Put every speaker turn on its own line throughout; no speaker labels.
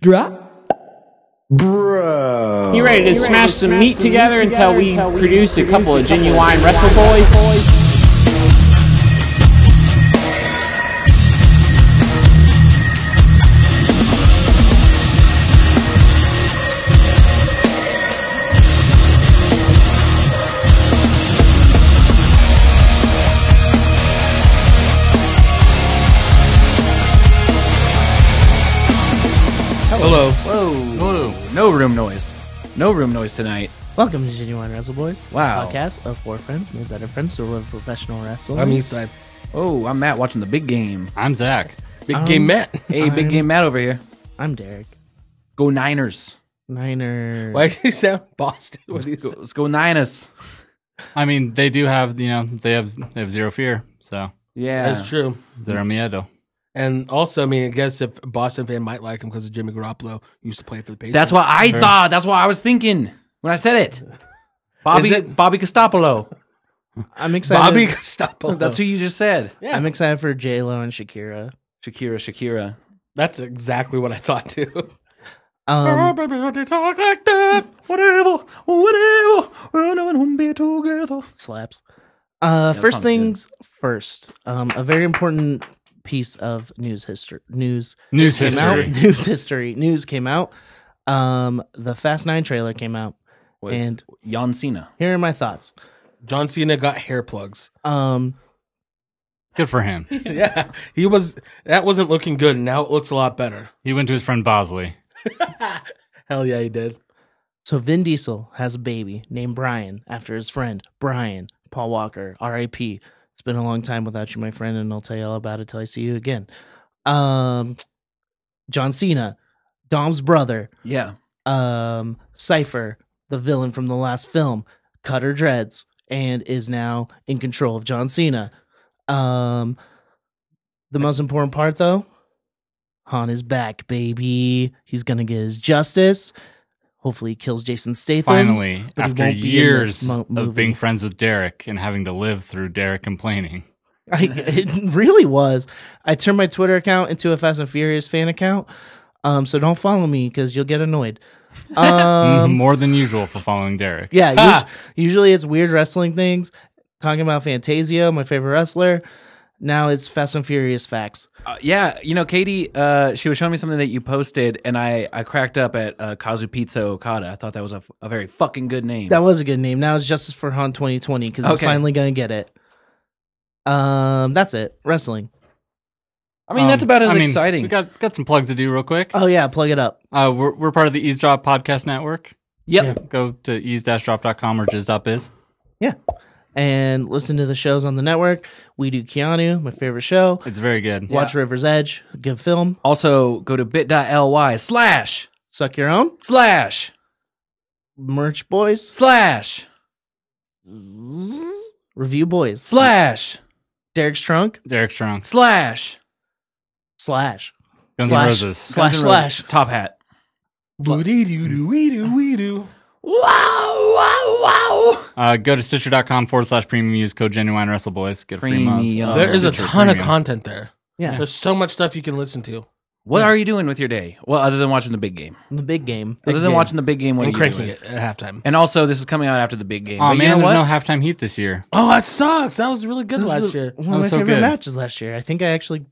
Drop.
Bro.
You ready to smash some meat together until we produce a couple of genuine wrestle boys?
Hello.
Whoa.
Hello. No room noise. No room noise tonight.
Welcome to Genuine Wrestle Boys. the
Wow.
Podcast of four friends made better friends who live professional wrestling.
I'm Eastside.
Oh, I'm Matt watching the big game.
I'm Zach.
Big game Matt.
Hey, big game Matt over here.
I'm Derek.
Go Niners.
Niner.
Why did you sound Boston? What is
Go, let's go Niners.
I mean, they do have you know they have they have zero fear, so
Yeah.
That's true.
they're miedo.
And also, I mean, I guess if a Boston fan might like him because Jimmy Garoppolo used to play for the Patriots.
That's what I thought. That's what I was thinking when I said it. Bobby
Is it-
Bobby Costopolo.
I'm excited.
Bobby Gestapo.
That's who you just said.
Yeah,
I'm excited for J Lo and Shakira.
Shakira, Shakira.
that's exactly what I thought too.
Um,
baby, why do you talk like that?
Whatever, whatever. We're not gonna be together.
slaps. Uh, first
sounds good.
things first. Um, a very important piece of news history. News
News
came out.
history.
News history. News came out. Um, the Fast Nine trailer came out,
With
and
John Cena.
here are my thoughts.
John Cena got hair plugs.
Um,
Good for him.
yeah, he was. That wasn't looking good. and Now it looks a lot better.
He went to his friend Bosley.
Hell yeah, he did.
So Vin Diesel has a baby named Brian after his friend Brian Paul Walker, R.I.P. It's been a long time without you, my friend, and I'll tell you all about it till I see you again. Um, John Cena, Dom's brother,
Yeah.
um, Cipher, the villain from the last film, cut her dreads and is now in control of John Cena. Um, the most important part, though, Han is back, baby. He's gonna get his justice. Hopefully, he kills Jason Statham.
Finally,
but he
after
won't be in this
years
mo- movie.
of being friends with Derek and having to live through Derek complaining,
I, it really was. I turned my Twitter account into a Fast and Furious fan account. Um, so don't follow me because you'll get annoyed. Um,
Mm-hmm. more than usual for following Derek.
yeah, us- usually it's weird wrestling things. Talking about Fantasia, my favorite wrestler. Now it's Fast and Furious facts.
Uh, yeah, you know, Katie, uh, she was showing me something that you posted, and I, I cracked up at uh, Kazu Pizza Okada. I thought that was a, a very fucking good name.
That was a good name. Now it's Justice for Han 2020 because he's
Okay.
finally gonna get it. Um, that's it. Wrestling.
I mean,
Um,
that's about as
I mean,
exciting.
We got got some plugs to do real quick.
Oh yeah, plug it up.
Uh, we're we're part of the Eavesdrop Podcast Network.
yep.
Go to ease-drop.com or jizz.biz.
Yeah, and listen to the shows on the network. We do Keanu, my favorite show.
It's very good.
Watch River's Edge. Good film.
Also, go to bit.ly slash,
Suck your own.
slash,
Merch boys.
slash,
Review boys.
slash,
Derek's trunk.
Derek Strong,
slash,
Slash.
Guns N'
slash.
Roses.
Slash.
Guns N' Roses.
Slash.
Top Hat.
Woody doo doo wee doo wee doo.
Wow, wow, wow.
Uh, go to Stitcher.com forward slash premium. Use code Genuine Wrestle Boys. Get a free
Premium.
month. Uh,
There
There Oh, is a
Stitcher
ton of
Premium.
content there.
Yeah.
There's so much stuff you can listen to
What are you doing with your day? Well, other than watching the big game.
The big game.
other than
game.
watching the big game, what
and
are you
cranking
doing?
it at halftime.
And also, this is coming out after the big game.
Aw,
But you
man,
know
there's
what?
no halftime heat this year.
Oh, that sucks. That was really good
This is
last
the-
year.
One of my
was so
favorite
good.
matches last year. I think I actually.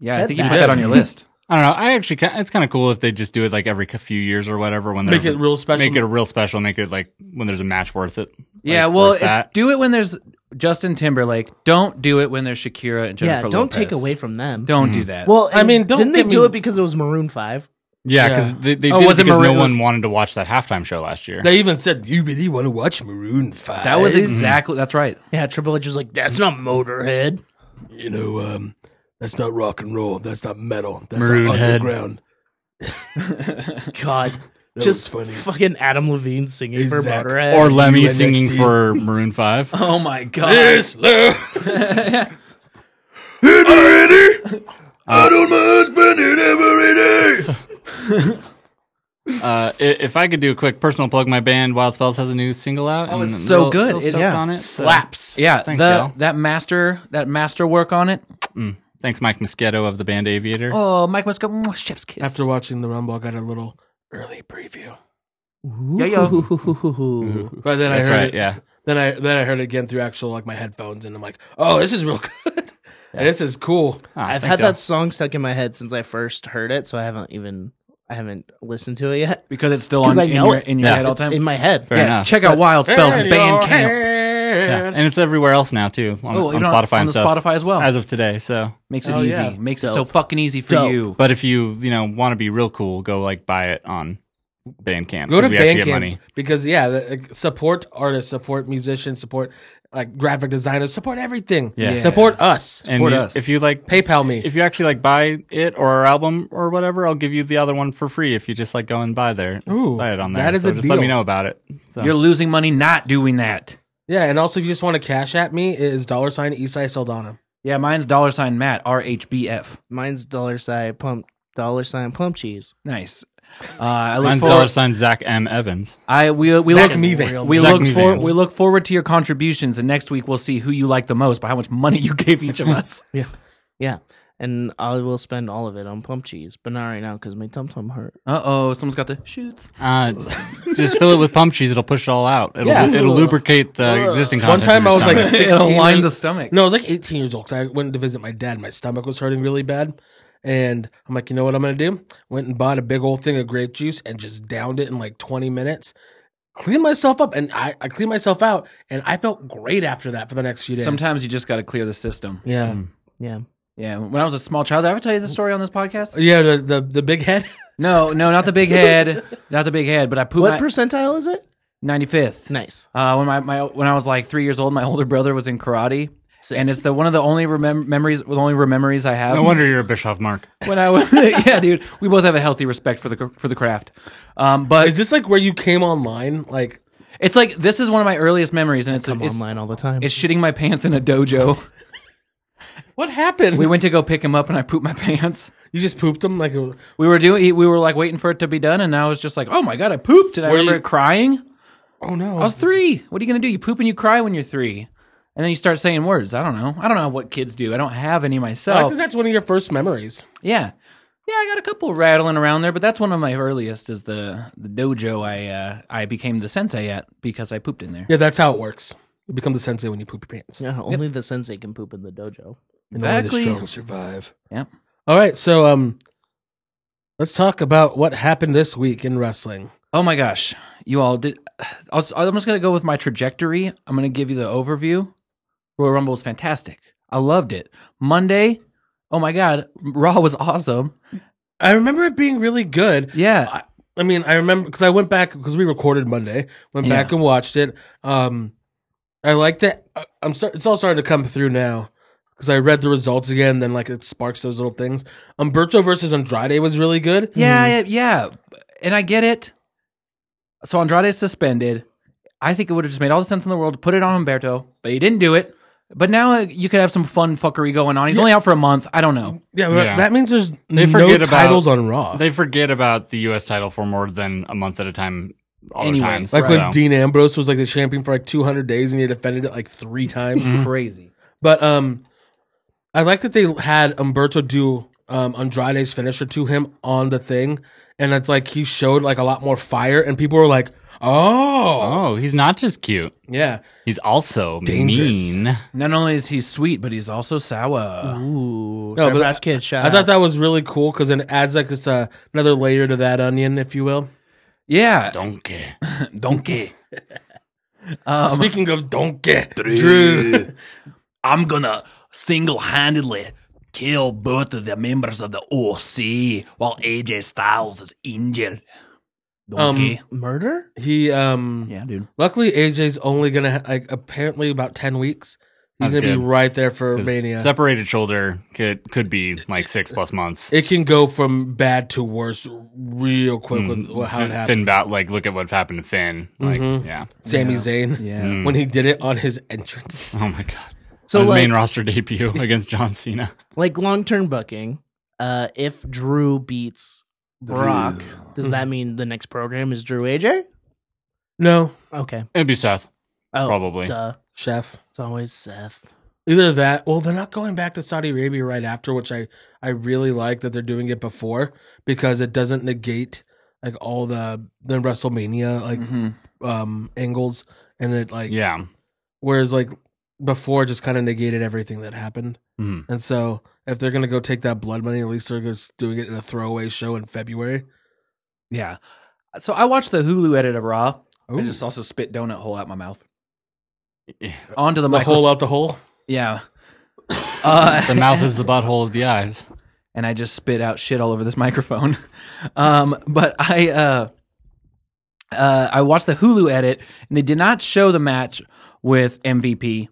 yeah, I
said
think you
that.
put that on your list.
I don't know. I actually, ki- it's kind of cool if they just do it like every c- few years or whatever. When
Make
they're-
it real special.
Make it real special. Make it like when there's a match worth it. Like,
Yeah, well,
worth
if,
that.
do it when there's Justin Timberlake. Don't do it when there's Shakira and
Yeah.
Jennifer.
Don't take
Lopez.
away from them.
Don't do that.
Well,
I
and
mean, don't
didn't they
get
do
me-
it because it was Maroon Five?
yeah,
Yeah.
because they, they
Oh,
did it
was it
because no
Maroon-
one wanted to watch that halftime show last year.
They even said you really want to watch Maroon Five.
that was exactly that's right.
Yeah. Triple H was like, "That's not Motorhead."
you know, um, that's not rock and roll. That's not metal. That's
Maroon
not
Head.
underground.
God.
That
Just
was funny.
fucking Adam Levine singing for
Exactly.
Motorhead.
or Lemmy
UNXT.
singing for Maroon Five.
Oh my god.
This love. Uh, I don't husband in every day.
Uh, i- if I could do a quick personal plug, my band Wild Spells has a new single out. Oh,
it's so good. It-
It,
yeah.
on it. so-
Slaps.
Yeah,
Thanks,
the,
y'all.
that master that master work on it.
Thanks, Mike Mosquito of the band Aviator.
Oh, Mike Musco, chef's kiss.
After watching the Rumble, I got a little early preview.
Ooh.
But then
That's
I heard
right.
it.
Yeah.
Then I then I heard it again through actual like my headphones, and I'm like, oh, this is real good. And this is cool.
Oh,
I've
thanks,
had
y'all.
that song stuck in my head since I first heard it, so I haven't even I haven't listened to it yet.
because it's still
'Cause
on
I
in
know
your,
it.
in your
Yeah.
head all the time.
It's in my head.
Fair
yeah,
enough.
check out Wild Spells
And
Bandcamp.
Yeah. And it's everywhere else now too on,
Oh,
on
even on,
Spotify
on
and
the
stuff.
Spotify as well.
as of today. So,
Makes it
Oh,
easy.
yeah.
Makes it so
Dope.
fucking easy for
Dope.
you.
but if you you know want to be real cool, go like buy it on Bandcamp.
Go to
'cause we actually get
Bandcamp
money.
because yeah, the, like, support artists, support musicians, support like graphic designers, support everything.
Yeah. Yeah.
support us.
And
Support
you-
us.
if you like,
PayPal me.
if you actually like buy it or our album or whatever, I'll give you the other one for free if you just like go and buy there.
Ooh,
buy it on there.
that is
so
a
just let me
deal.
know about it. So,
You're losing money not doing that.
yeah, and also if you just want to cash at me, it is dollar sign Isai Saldana.
Yeah, mine's dollar sign Matt R H B F.
Mine's dollar sign pump dollar sign pump cheese.
Nice. Uh, I look
mine's
forward.
dollar sign Zach M Evans.
I we we
Zach
look
Meevans.
we
Zach
look for
Meevans.
we look forward to your contributions, and next week we'll see who you like the most by how much money you gave each of us.
Yeah. And I will spend all of it on pump cheese, but not right now because my tum tum hurt.
uh oh, someone's got the shoots.
Uh, just fill it with pump cheese; it'll push it all out. It'll
Yeah.
it'll lubricate the existing.
One
content
time
in
I
your
was like
stomach.
16
It'll line
or-
the stomach.
No, I was like 18 years old because I went to visit my dad. My stomach was hurting really bad. And I'm like, you know what I'm going to do? Went and bought a big old thing of grape juice and just downed it in like 20 minutes. Cleaned myself up and I, I cleaned myself out. And I felt great after that for the next few days.
Sometimes you just got to clear the system.
Yeah.
Yeah.
Yeah. When I was a small child, did I ever tell you the story on this podcast?
Yeah. The, the, the big head.
No, no, not the big head, not the big head. But I pooped
What
my
percentile is it?
ninety fifth.
Nice.
Uh, when my, my when I was like three years old, my older brother was in karate, and it's the one of the only remem- memories, the only memories I have.
no wonder you're a Bischoff Mark.
when I was, yeah, dude, we both have a healthy respect for the for the craft. Um, but
Is this like where you came online? Like,
it's like this is one of my earliest memories, and it's
I'm
it's,
online all the time.
it's shitting my pants in a dojo.
what happened?
we went to go pick him up, and I pooped my pants.
you just pooped him? Like, oh, a-
We were doing, we were like waiting for it to be done, and I was just like, oh my god, I pooped, and I
Were
remember
you-
crying.
oh no.
I was three. What are you gonna do? You poop and you cry when you're three. And then you start saying words. I don't know. I don't know what kids do. I don't have any
I
myself.
think that's one of your first memories.
Yeah. Yeah, I got a couple rattling around there, but that's one of my earliest is the the dojo I uh, I became the sensei at because I pooped in there.
Yeah, that's how it works. You become the sensei when you poop your pants.
yeah, only the sensei can poop in the dojo.
And only
Exactly.
the strong survive.
Yep.
All right, so um, let's talk about what happened this week in wrestling.
Oh my gosh. You all did I'll, I'm just going to go with my trajectory. I'm going to give you the overview. Royal Rumble was fantastic. I loved it. Monday, oh my god, Raw was awesome.
I remember it being really good.
Yeah.
I, I mean, I remember because I went back because we recorded Monday. Went
Yeah.
back and watched it. Um, I liked it. I- I'm start, it's all starting to come through now because I read the results again. Then like it sparks those little things. Umberto versus Andrade was really good.
Yeah, yeah, yeah. And I get it. So Andrade is suspended. I think it would have just made all the sense in the world to put it on Humberto, but he didn't do it. But now uh, you could have some fun fuckery going on. He's only out for a month. I don't know.
Yeah, but
Yeah.
that means there's
They
no
forget about-
titles on Raw.
They forget about the U.S. title for more than a month at a time. All
Anyway,
the times.
like when
so.
Dean Ambrose was like the champion for like 200 days and he defended it like three times.
Crazy.
But um, I like that they had Umberto do um Andrade's finisher to him on the thing, and it's like he showed like a lot more fire, and people were like, "Oh,
Oh, he's not just cute.
yeah,
He's also
Dangerous.
mean.
Not only is he sweet, but he's also sour.
No,
Ooh, no,
but
but
I-
that kid shot.
I thought that was really cool because it adds like just uh, another layer to that onion, if you will."
Yeah.
Donkey.
Donkey. um,
Speaking of donkey, Drew,
I'm gonna single handedly kill both of the members of the OC while AJ Styles is injured.
Donkey.
murder.
he um,
Um, yeah, dude.
luckily AJ's only gonna ha- like apparently about ten weeks. He's
That's
gonna be
good.
right there for
'Cause
Mania.
Separated shoulder could could be like six plus months.
It can go from bad to worse real quick
Mm,
with how it
Finn,
happened.
Finn Bat, like look at what happened to Finn. Like
Mhm.
yeah.
Sami Zayn.
Yeah.
Mm.
When he did it on his entrance.
Oh my god.
So
His
like,
main roster debut against John Cena.
like long term booking. Uh, if Drew beats Brock, does that mean the next program is Drew AJ?
No,
Okay.
It'd be Seth.
Oh,
Probably.
Duh.
chef.
It's always Seth.
Either that, well, they're not going back to Saudi Arabia right after, which I I really like that they're doing it before because it doesn't negate like all the the WrestleMania like
Mhm.
um angles and it like
Yeah.
whereas like before it just kind of negated everything that happened.
Mhm.
And so if they're gonna go take that blood money, at least they're just doing it in a throwaway show in February.
Yeah. So I watched the Hulu edit of Raw. I
Ooh.
just also spit donut hole out my mouth
Yeah.
onto the,
The
micro-
hole out the hole.
Yeah. Uh,
The mouth is the butthole of the eyes.
and I just spit out shit all over this microphone. um, but I uh, uh, I watched the Hulu edit, and they did not show the match with MVP,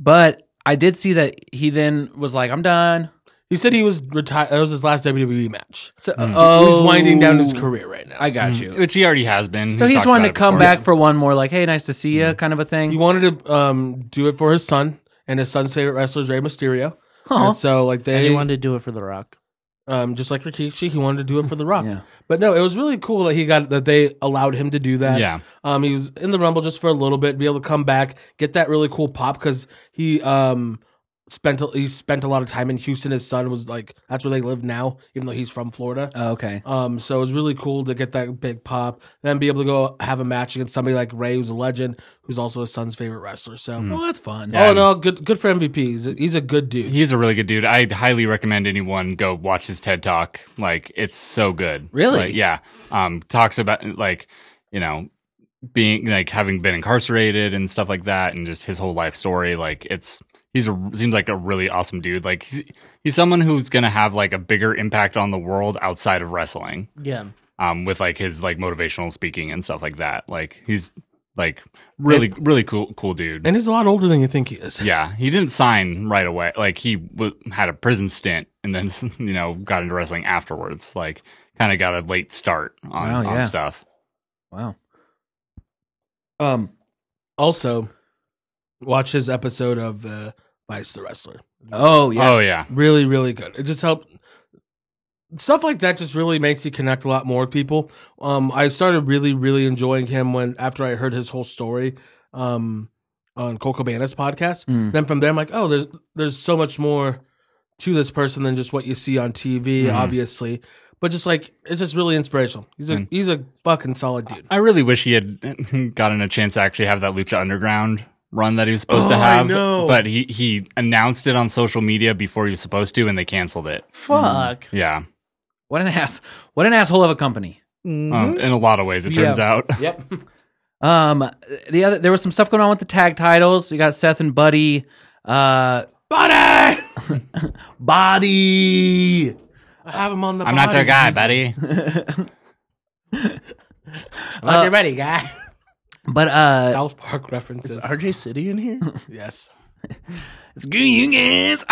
but I did see that he then was like, "I'm done."
He said he was retired. That was his last WWE match.
So, oh,
He's winding down his career right now.
I got you.
Which he already has been.
so
He's
he just
talked
wanted to
about it
come
before.
back for one more, like, "Hey, nice to see you," kind of a thing.
He wanted to um, do it for his son, and his son's favorite wrestler is Rey Mysterio.
Aw.
And so, like
And
they,
he wanted to do it for The Rock.
um, just like Rikishi, he wanted to do it for The Rock.
Yeah.
But no, it was really cool that he got that they allowed him to do that.
Yeah.
Um, he was in the Rumble just for a little bit, be able to come back, get that really cool pop because he um spent a- he spent a lot of time in Houston. His son was like that's where they live now, even though he's from Florida.
Oh, okay.
Um, so it was really cool to get that big pop, then be able to go have a match against somebody like Ray, who's a legend, who's also his son's favorite wrestler. So,
Well, that's fun.
Yeah.
all in all, good good for MVP. He's a, he's a good dude.
He's a really good dude. I highly recommend anyone go watch his TED Talk. Like it's so good.
Really?
Like, yeah. Um talks about like, you know, being like having been incarcerated and stuff like that and just his whole life story. Like it's he's a seems like a really awesome dude. Like he's he's someone who's gonna have like a bigger impact on the world outside of wrestling
Yeah.
um, with like his like motivational speaking and stuff like that. Like he's like really really cool cool dude.
and he's a lot older than you think he is.
yeah, he didn't sign right away. Like he w- had a prison stint and then you know got into wrestling afterwards. Like kind of got a late start on,
Wow, yeah.
on stuff.
Wow. Um.
Also, watch his episode of uh, Vice the Wrestler.
Oh yeah.
Oh yeah,
Really, really good. It just helped. Stuff like that just really makes you connect a lot more with people. Um, I started really, really enjoying him when after I heard his whole story um, on Cole Cabana's podcast.
Hmm.
Mm.
Then from there, I'm like, oh, there's there's so much more to this person than just what you see on TV,
Mhm.
obviously. But just like it's just really inspirational. He's a
Mm.
he's a fucking solid dude.
I really wish he had gotten a chance to actually have that Lucha Underground run that he was supposed to
Oh, I
have.
know.
But he he announced it on social media before he was supposed to, and they canceled it.
Fuck.
Yeah,
What an ass! What an asshole of a company.
um, in a lot of ways, it turns out.
Yep.
Um, the other there was some stuff going on with the tag titles. You got Seth and Buddy. Uh, Buddy, Buddy.
I have him on the.
I'm not
body.
your guy, buddy.
Not your buddy, guy.
But uh,
South Park references.
RJ City in here?
yes.
screw you guys.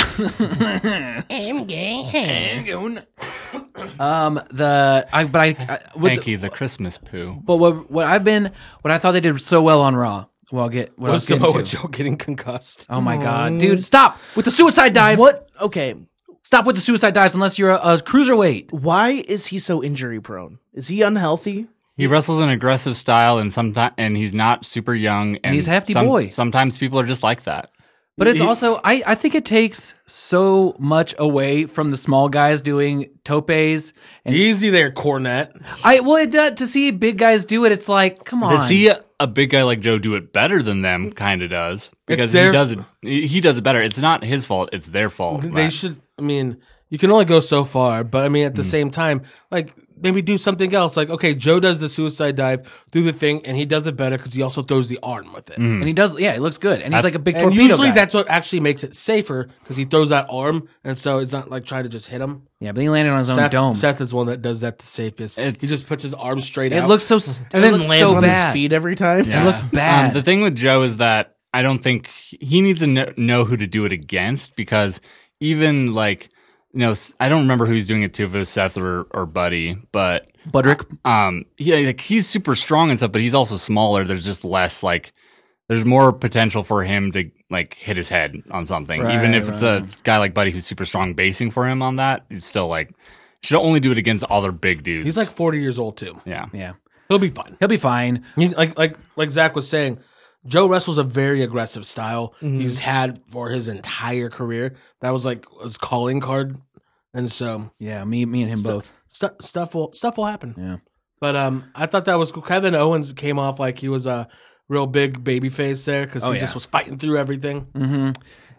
um, the I but I, I with,
Thank you, the Christmas poo.
but what what I've been what I thought they did so well on Raw. Well, I'll get what I was
Was
getting
Samoa
to.
Joe getting concussed?
Oh my god, dude! Stop with the suicide dives.
What? Okay.
Stop with the suicide dives unless you're a, a cruiserweight.
Why is he so injury prone? Is he unhealthy?
He wrestles an aggressive style, and sometimes and he's not super young, and,
he's a hefty
some-
boy.
Sometimes people are just like that.
But it's also I, I think it takes so much away from the small guys doing topes and
Easy there, Cornet.
I well it, does to see big guys do it it's like come on
To see a, a big guy like Joe do it better than them, kind of does because
their-
he does it. He he does it better. It's not his fault; it's their fault.
They
Matt.
should. I mean, you can only go so far, but I mean,
Hmm.
at the same time, like maybe do something else. Like, okay, Joe does the suicide dive, do the thing, and he does it better because he also throws the arm with it.
and he does yeah he looks good and he's
That's-
like a big
And
torpedo
usually,
guy.
that's what actually makes it safer because he throws that arm, and so it's not like trying to just hit him.
yeah but he landed on his own
Seth,
dome
Seth is one that does that the safest.
It's-
he just puts his arm straight
it
out.
looks so s-
And
it
then
looks
lands
so
on
bad
his feet every time?
it looks bad
Um, the thing with Joe is that I don't think he needs to know, know who to do it against because even like you know S- I don't remember who he's doing it to if it was Seth or, or Buddy, but
Budrick
um he like he's super strong and stuff, but he's also smaller. There's just less like there's more potential for him to like hit his head on something. Even
Right,
if it's a guy like Buddy who's super strong basing for him on that, it's still like should only do it against all their big dudes.
He's like forty years old too.
yeah.
yeah
He'll be fine.
he'll be fine
He's like like like Zach was saying, Joe wrestles a very aggressive style
Mm-hmm.
Mhm.
he's had for his entire career. That was like his calling card, and so
Yeah, me, me and him
Still-
both.
stu- stuff will stuff will happen.
Yeah.
But um, I thought that was cool. Kevin Owens came off like he was a real big baby face there because
Oh,
he
yeah.
just was fighting through everything.
Mm-hmm.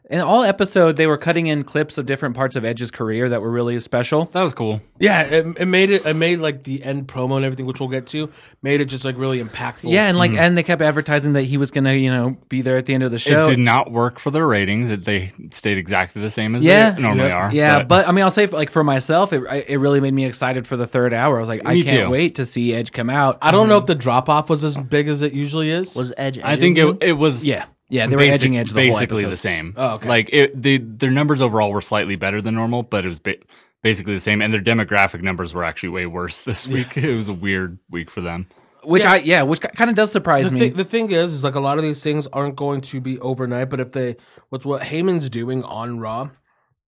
In all episode, they were cutting in clips of different parts of Edge's career that were really special.
That was cool.
Yeah, it, it made it. It made like the end promo and everything, which we'll get to, made it just like really impactful.
Yeah, and like,
Mm.
and they kept advertising that he was gonna, you know, be there at the end of the show.
It did not work for their ratings. It, they stayed exactly the same as
Yeah.
they normally
Yep.
are.
yeah, but, I mean, I'll say like for myself, it I- it really made me excited for the third hour. I was like, I
Me
can't
too.
wait to see Edge come out.
I don't know if the drop off was as big as it usually is.
Was Edge?
I
edging
think
you?
it, it was.
yeah, yeah, they were
basic-
edging Edge the
basically
whole
the
episode.
same.
Oh, okay.
Like it, the their numbers overall were slightly better than normal, but it was ba- basically the same. And their demographic numbers were actually way worse this week. It was a weird week for them.
which I yeah, which kind of does surprise
the,
me.
thi- the thing is, is like a lot of these things aren't going to be overnight. But if they, with what Heyman's doing on Raw,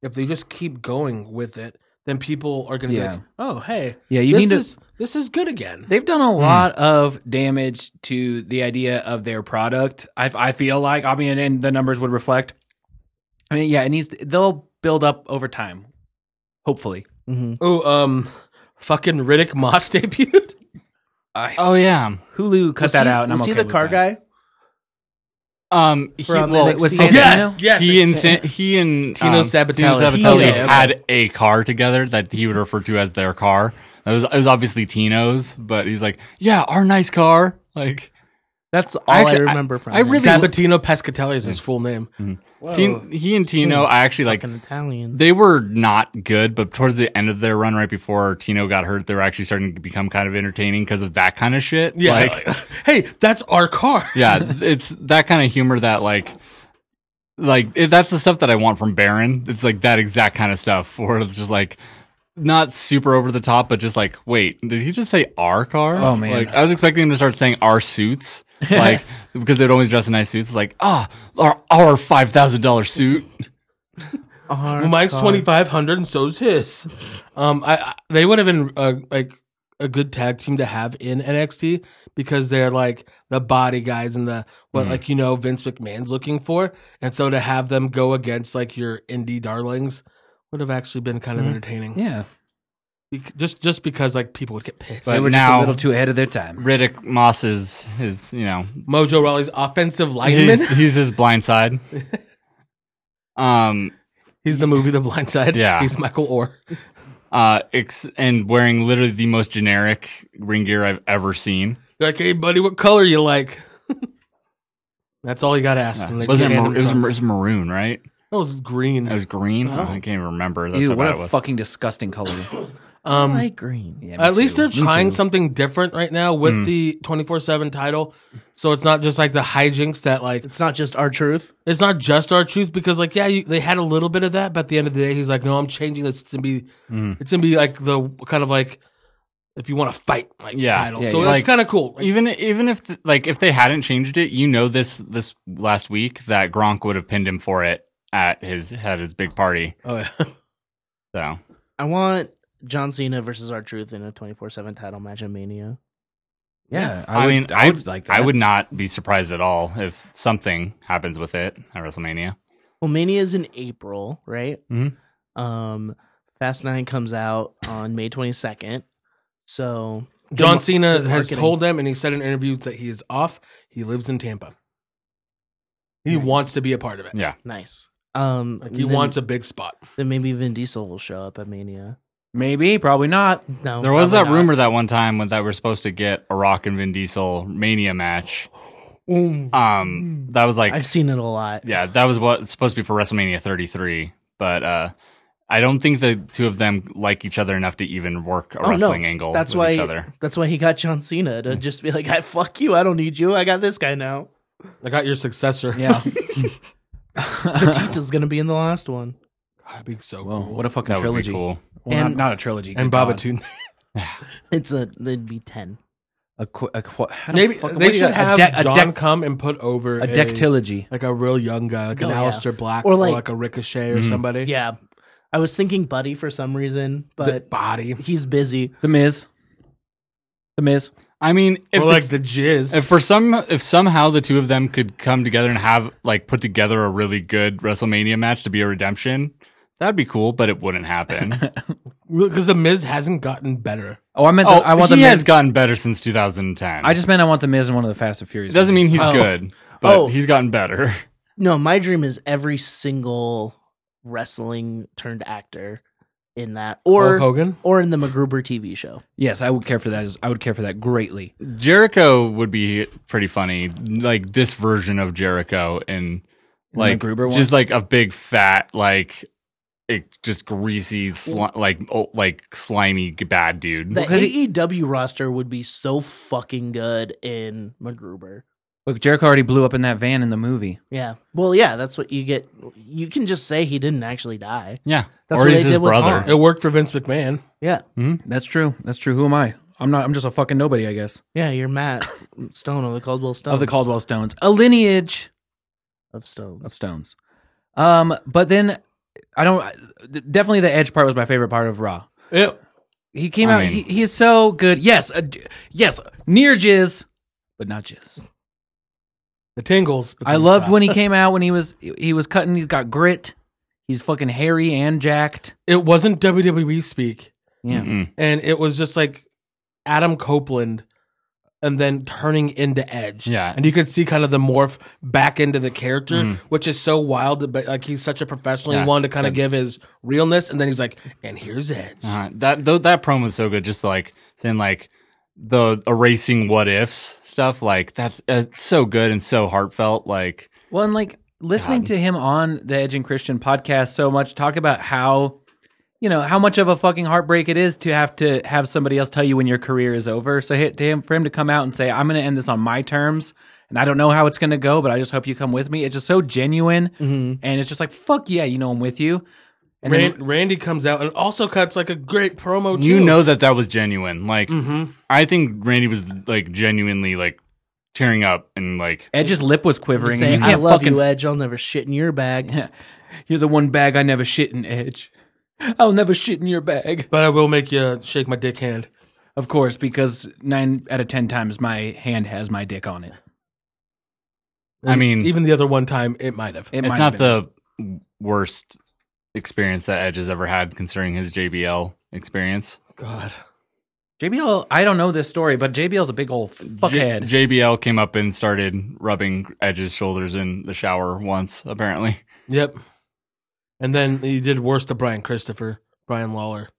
if they just keep going with it, then people are going to
Yeah.
be like, "Oh, hey,
Yeah, you
this
need to-
is, this is good again."
They've done a lot of damage to the idea of their product. I, I feel like, I mean, and the numbers would reflect. I mean, yeah, it needs. They'll build up over time, hopefully.
Mm-hmm.
Oh, um, fucking Riddick Moss debuted.
Oh yeah.
Hulu cut
Was
that
he-
out, and
was
I'm
he
okay
the
with
car
that. Oh,
guy?
Um. He,
From
well,
NXT.
With
Yes!
Santino?
yes,
he and San- he and um,
Tino Sabatelli.
Tino
Tino,
Sabatelli
okay.
had a car together that he would refer to as their car. It was, it was obviously Tino's, but he's like, yeah, our nice car. Like
That's all
actually-
I remember from.
I
him.
really-
Sabatino Pescatelli is his full name.
Tin- he and Tino,
Hmm.
I actually like.
fucking Italians.
They were not good, but towards the end of their run, right before Tino got hurt, they were actually starting to become kind of entertaining because of that kind of shit.
Yeah,
like,
hey, that's our car.
yeah, it's that kind of humor that like, like it, that's the stuff that I want from Baron. It's like that exact kind of stuff, where it's just like not super over the top, but just like, wait, did he just say our car?
Oh, man.
like I was expecting him to start saying our suits, like because they'd always dress in nice suits. Like, ah, our our five thousand dollar suit.
Our
Well, mine's
car.
twenty five hundred, and so's his. Um, I, I they would have been uh, like a good tag team to have in NXT because they're like the body guys and the
Mm.
what like you know Vince McMahon's looking for, and so to have them go against like your indie darlings would have actually been kind
Mm.
of entertaining.
Yeah,
Bec- just just because like people would get pissed.
they
But
were just a
now-
little too ahead of their time.
Riddick Moss is his, you know,
Mojo Rawley's offensive
he,
lineman.
he's his blind side. Um,
He's the movie The Blind Side.
Yeah.
he's Michael Orr.
uh, ex- and wearing literally the most generic ring gear I've ever seen.
You're like, hey buddy, what color you like? That's all you got to ask. him. They
Wasn't it,
can't
mar-
hand
it, was,
him
it
trunks.
was maroon, right?
That was green.
It was green. I can't even remember. That's
Oh. Ew,
how bad
what
it
a
was.
fucking disgusting color.
I
um,
like green.
Yeah, me
at least
too.
they're
Me
trying
too.
something different right now with
Mm.
the 24-7 title so it's not just like the hijinks that like
It's not just our truth.
it's not just our truth because like yeah you, they had a little bit of that but at the end of the day he's like no i'm changing this to be
Mm.
it's gonna be like the kind of like if you want to fight like
Yeah.
title
Yeah,
so
yeah.
it's
Like-
kind of cool Like,
even even if th- like if they hadn't changed it, you know this this last week that Gronk would have pinned him for it at his at his big party.
oh yeah
So
I want John Cena versus our truth in a twenty four seven title match at Mania.
Yeah,
I,
would-
mean, I
would like that.
I would not be surprised at all if something happens with it at WrestleMania.
Well, Mania is in April, right?
Mhm.
Um, Fast Nine comes out on May twenty second. So
john
mar-
cena
good
has
marketing.
told them and he said in interviews that he is off he lives in tampa he
Nice.
wants to be a part of it
Yeah,
nice. Um,
like he
then-
wants a big spot
Then maybe Vin Diesel will show up at Mania.
maybe, probably Oh, not.
No,
there was
probably
that
not.
rumor that one time when that we're supposed to get a Rock and Vin Diesel Mania match. Um, that was like
I've seen it a lot.
yeah, that was what it's supposed to be for WrestleMania 33, but uh I don't think the two of them like each other enough to even work a
Oh, no.
wrestling angle
That's
with
why.
each other.
That's why he got John Cena
Mm.
to just be like, "I fuck you. I don't need you. I got this guy now.
i got your successor
Yeah.
Tita's gonna be in the last one."
God, being so
Whoa,
cool.
Oh, what a fucking
That would be
trilogy.
cool.
Well, not-
And-
not, a trilogy.
and
good
Baba
Oh God.
Toon.
It's a. It'd be ten.
A, qu- a qu- I don't
Maybe
fucking-
they
what do you
should
got?
have
a, dec-
John
a, dec-
come and put over
a dectilogy.
like a real young guy, like an
Oh, yeah.
Alistair Black,
Or
or like,
like-
a Ricochet or
Mhm.
somebody.
Yeah, I was thinking Buddy for some reason,
The
but
body.
he's busy.
The Miz. The Miz.
I mean, if
or like
it's-
the jizz.
if for some if somehow the two of them could come together and have like put together a really good WrestleMania match to be a redemption, that'd be cool, but it wouldn't happen.
Because the Miz hasn't gotten better.
Oh, I meant
oh,
the, I want
he
the
has
Miz.
gotten better since 2010.
I just meant I want the Miz in one of the Fast and Furious.
it doesn't mean
movies.
he's
Oh.
good, but
Oh.
he's gotten better.
No, my dream is every single wrestling turned actor in that
Hulk
or
Hogan.
or in the MacGruber TV show.
Yes, I would care for that. as- I would care for that greatly.
Jericho would be pretty funny, like this version of Jericho and
the
like
MacGruber one?
just like a big fat like it just greasy sli- like oh, like slimy bad dude.
The
Because he-
AEW roster would be so fucking good in MacGruber.
Look, Jericho already blew up in that van in the movie.
Yeah. Well, yeah, that's what you get. You can just say he didn't actually die.
yeah,
That's
or
what
he's
they
his
did with
brother.
Hawk.
It worked for Vince McMahon.
Yeah.
That's true. That's true. Who am I? I'm not. I'm just a fucking nobody, I guess.
Yeah, you're Matt Stone of the Caldwell Stones.
Of the Caldwell Stones, a lineage
Of Stones.
of Stones. Um, but then I don't. Definitely the Edge part was my favorite part of Raw.
Yep.
He came
I
out.
mean-
he, he is so good. Yes, uh, d- yes, near jizz, but not jizz.
The tingles. but
I
then
loved
stop.
when he came out when he was he was cutting. He got grit. He's fucking hairy and jacked.
it wasn't WWE speak,
Yeah,
Mm-mm.
and it was just like Adam Copeland, and then turning into Edge.
Yeah.
and you could see kind of the morph back into the character,
Mhm.
which is so wild. But like he's such a professional,
Yeah.
he wanted to kind of
Yeah.
give his realness, and then he's like, "And here's Edge."
Uh, that though that promo was so good. Just like saying like the erasing what ifs stuff. Like that's uh, so good and so heartfelt. Like
Well, and like listening
God.
to him on the Edge and Christian podcast so much talk about how, you know, how much of a fucking heartbreak it is to have to have somebody else tell you when your career is over. So hit to him for him to come out and say, "I'm going to end this on my terms." And I don't know how it's going to go, but I just hope you come with me. It's just so genuine, and it's just like, "Fuck yeah, you know I'm with you." And then-
Ran- Randy comes out and also cuts like a great promo.
you
too.
know that that was genuine. Like
Mm-hmm.
I think Randy was like genuinely like tearing up and like
Edge's lip was quivering.
Say,
and you
I
can't
love
fucking
you, Edge. I'll never shit in your bag.
You're the one bag I never shit in, Edge. I'll never shit in your bag.
but I will make you shake my dick hand.
Of course, because nine out of ten times my hand has my dick on it.
I mean-
even the other one time, it might have.
It might
it's
have
not
been.
the worst experience that Edge has ever had considering his JBL experience.
God,
JBL. I don't know this story, but JBL's a big old
J-
fuckhead.
JBL came up and started rubbing Edge's shoulders in the shower once, apparently.
yep. And then he did worse to Brian Christopher, Brian Lawler.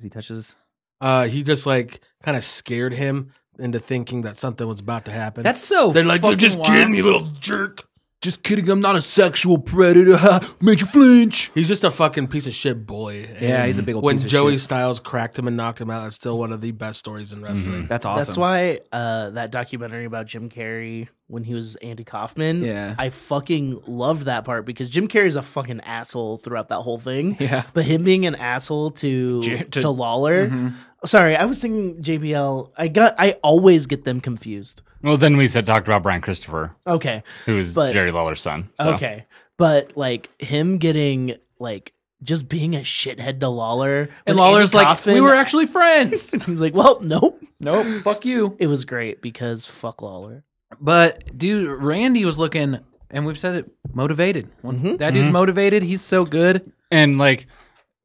he touches.
Uh, he just like kind of scared him into thinking that something was about to happen.
That's so.
they're like, "You
fucking
just
wild.
kidding me, little jerk."
Just kidding. I'm not a sexual predator. Ha, Made you flinch.
He's just a fucking piece of shit bully. And
Yeah, he's a big old
When
piece of
Joey
shit.
Styles cracked him and knocked him out, it's still one of the best stories in wrestling.
That's awesome.
That's why uh, that documentary about Jim Carrey when he was Andy Kaufman.
Yeah.
I fucking loved that part because Jim Carrey's a fucking asshole throughout that whole thing.
Yeah.
But him being an asshole to
J-
to,
to- Mm-hmm.
Lawler. Sorry, I was thinking JBL. I got I always get them confused.
Well, then we said talked about Brian Christopher,
Okay.
who is
But-
Jerry Lawler's son. so.
Okay. But like him getting like just being a shithead to Lawler.
And
when
Lawler's
Andy
like,
Kaufman-
we were actually friends.
He's like, well, nope.
nope. Fuck you.
It was great because fuck Lawler.
But dude, Randy was looking, and we've said it, motivated. Once that dude's motivated, he's so good.
and like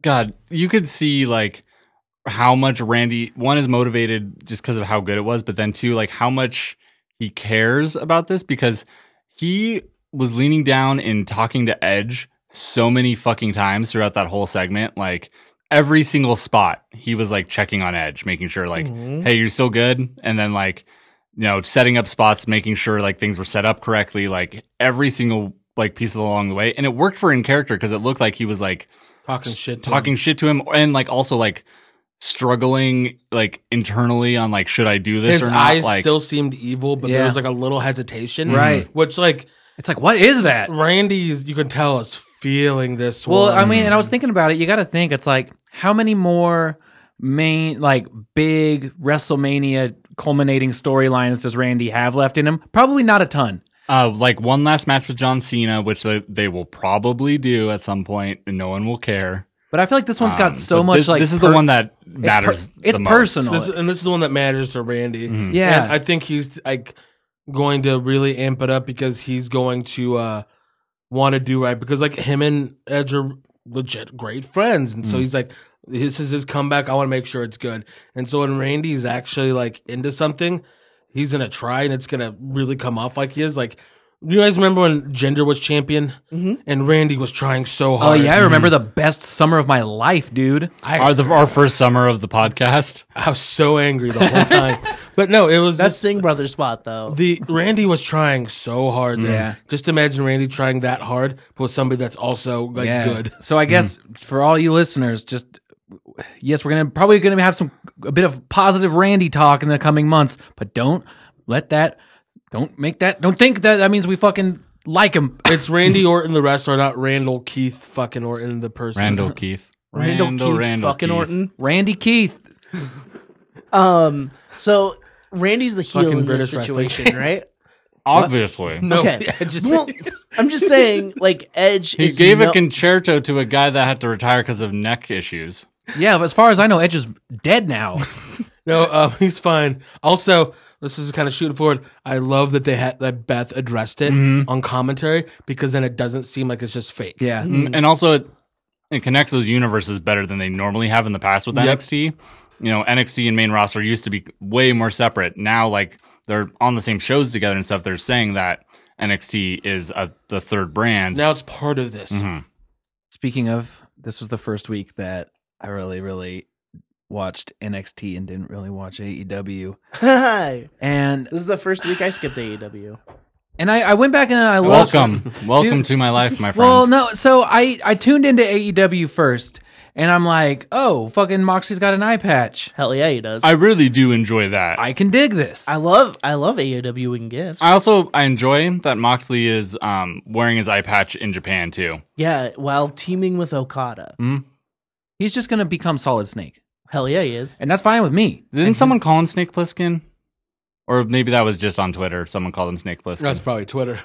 god you could see like how much randy one is motivated just because of how good it was but then two like how much he cares about this because he was leaning down and talking to edge so many fucking times throughout that whole segment like every single spot he was like checking on edge making sure like
Mm-hmm.
hey you're still good and then like you know setting up spots making sure like things were set up correctly like every single like piece along the way and it worked for in character because it looked like he was like
Mm-hmm.
Talking shit. to
talking shit to him and like also like struggling like internally on like should i do
him.
this
his
or not
eyes
like
still seemed evil, but there
Yeah. Mm-hmm.
was like a little hesitation,
Right.
Which like
It's like, what is that?
Randy's, you can tell is feeling this.
Well,
one.
I mean, and I was thinking about it. You got to think it's like how many more main, like big WrestleMania culminating storylines does Randy have left in him? Probably not a ton.
uh like one last match with john cena which they, they will probably do at some point and no one will care
But I feel like this one's got
Um,
so
but
much
this,
like
this is
per-
the one that
it's per-
matters.
It's
the most.
personal.
This, and this is the one that matters to
Mm-hmm.
Randy.
Mhm.
yeah,
And I think he's like going to really amp it up because he's going to uh want to do right because like him and Edge are legit great friends, and so
Mm.
he's like, this is his comeback. I want to make sure it's good. And so when Randy's actually like into something, he's gonna try, and it's gonna really come off like he is. Like, you guys remember when Gender was champion and Randy was trying so
Mm-hmm. Oh
hard?
yeah, I
Mm-hmm.
remember the best summer of my life, dude.
Our, the, our first summer of the podcast.
I was so angry the whole time. but no, it was
That's
just-
Sing Brothers spot though.
The Randy was trying so hard. Then.
Yeah.
Just imagine Randy trying that hard, but with somebody that's also like
yeah.
good.
So I guess for all you listeners, just yes, we're gonna probably gonna have some a bit of positive Randy talk in the coming months, but don't let that, don't make that, don't think that that means we fucking like him.
It's Randy Orton the wrestler, not Randall Keith fucking Orton the person.
Randall Keith.
Randall Keith
fucking
Keith.
Orton.
Randy Keith.
Um, so Randy's the heel
Fucking
in this
British wrestling
situation,
fans.
right?
Obviously.
No,
okay.
yeah, just-
well, I'm just saying, like Edge.
He
is
gave
no-
a concerto to a guy that had to retire because of neck issues.
Yeah, but as far as I know, Edge is dead now.
No, um, he's fine. Also, this is kind of shooting forward. I love that they had that Beth addressed it on commentary because then it doesn't seem like it's just fake.
Mm-hmm. Yeah,
Mm, And also, it, it connects those universes better than they normally have in the past with
Yep.
NXT. You know, NXT and main roster used to be way more separate. Now, like, they're on the same shows together and stuff. They're saying that NXT is a, the third brand.
Now it's part of this.
Mm-hmm.
Mhm.
Speaking of, this was the first week that I really, really watched NXT and didn't really watch AEW.
Hi.
And
This is the first week I skipped E AEW.
and I, I went back and I watched-
Welcome. Welcome to my life, my friends.
Well, no, so I I tuned into AEW first, and I'm like, oh, fucking Moxie's got an eye patch.
Hell yeah, he does.
I
I,
really do enjoy that.
I can dig this.
love I love AEW and gifts.
I also I enjoy that Moxley is um, wearing his eye patch in Japan too.
yeah, while teaming with Okada.
Hmm. He's just gonna become Solid Snake,
Hell yeah, he is.
and that's fine with me.
Didn't someone call him Snake Plissken? Or maybe that was just on Twitter. Someone called him Snake Plissken.
That's probably Twitter.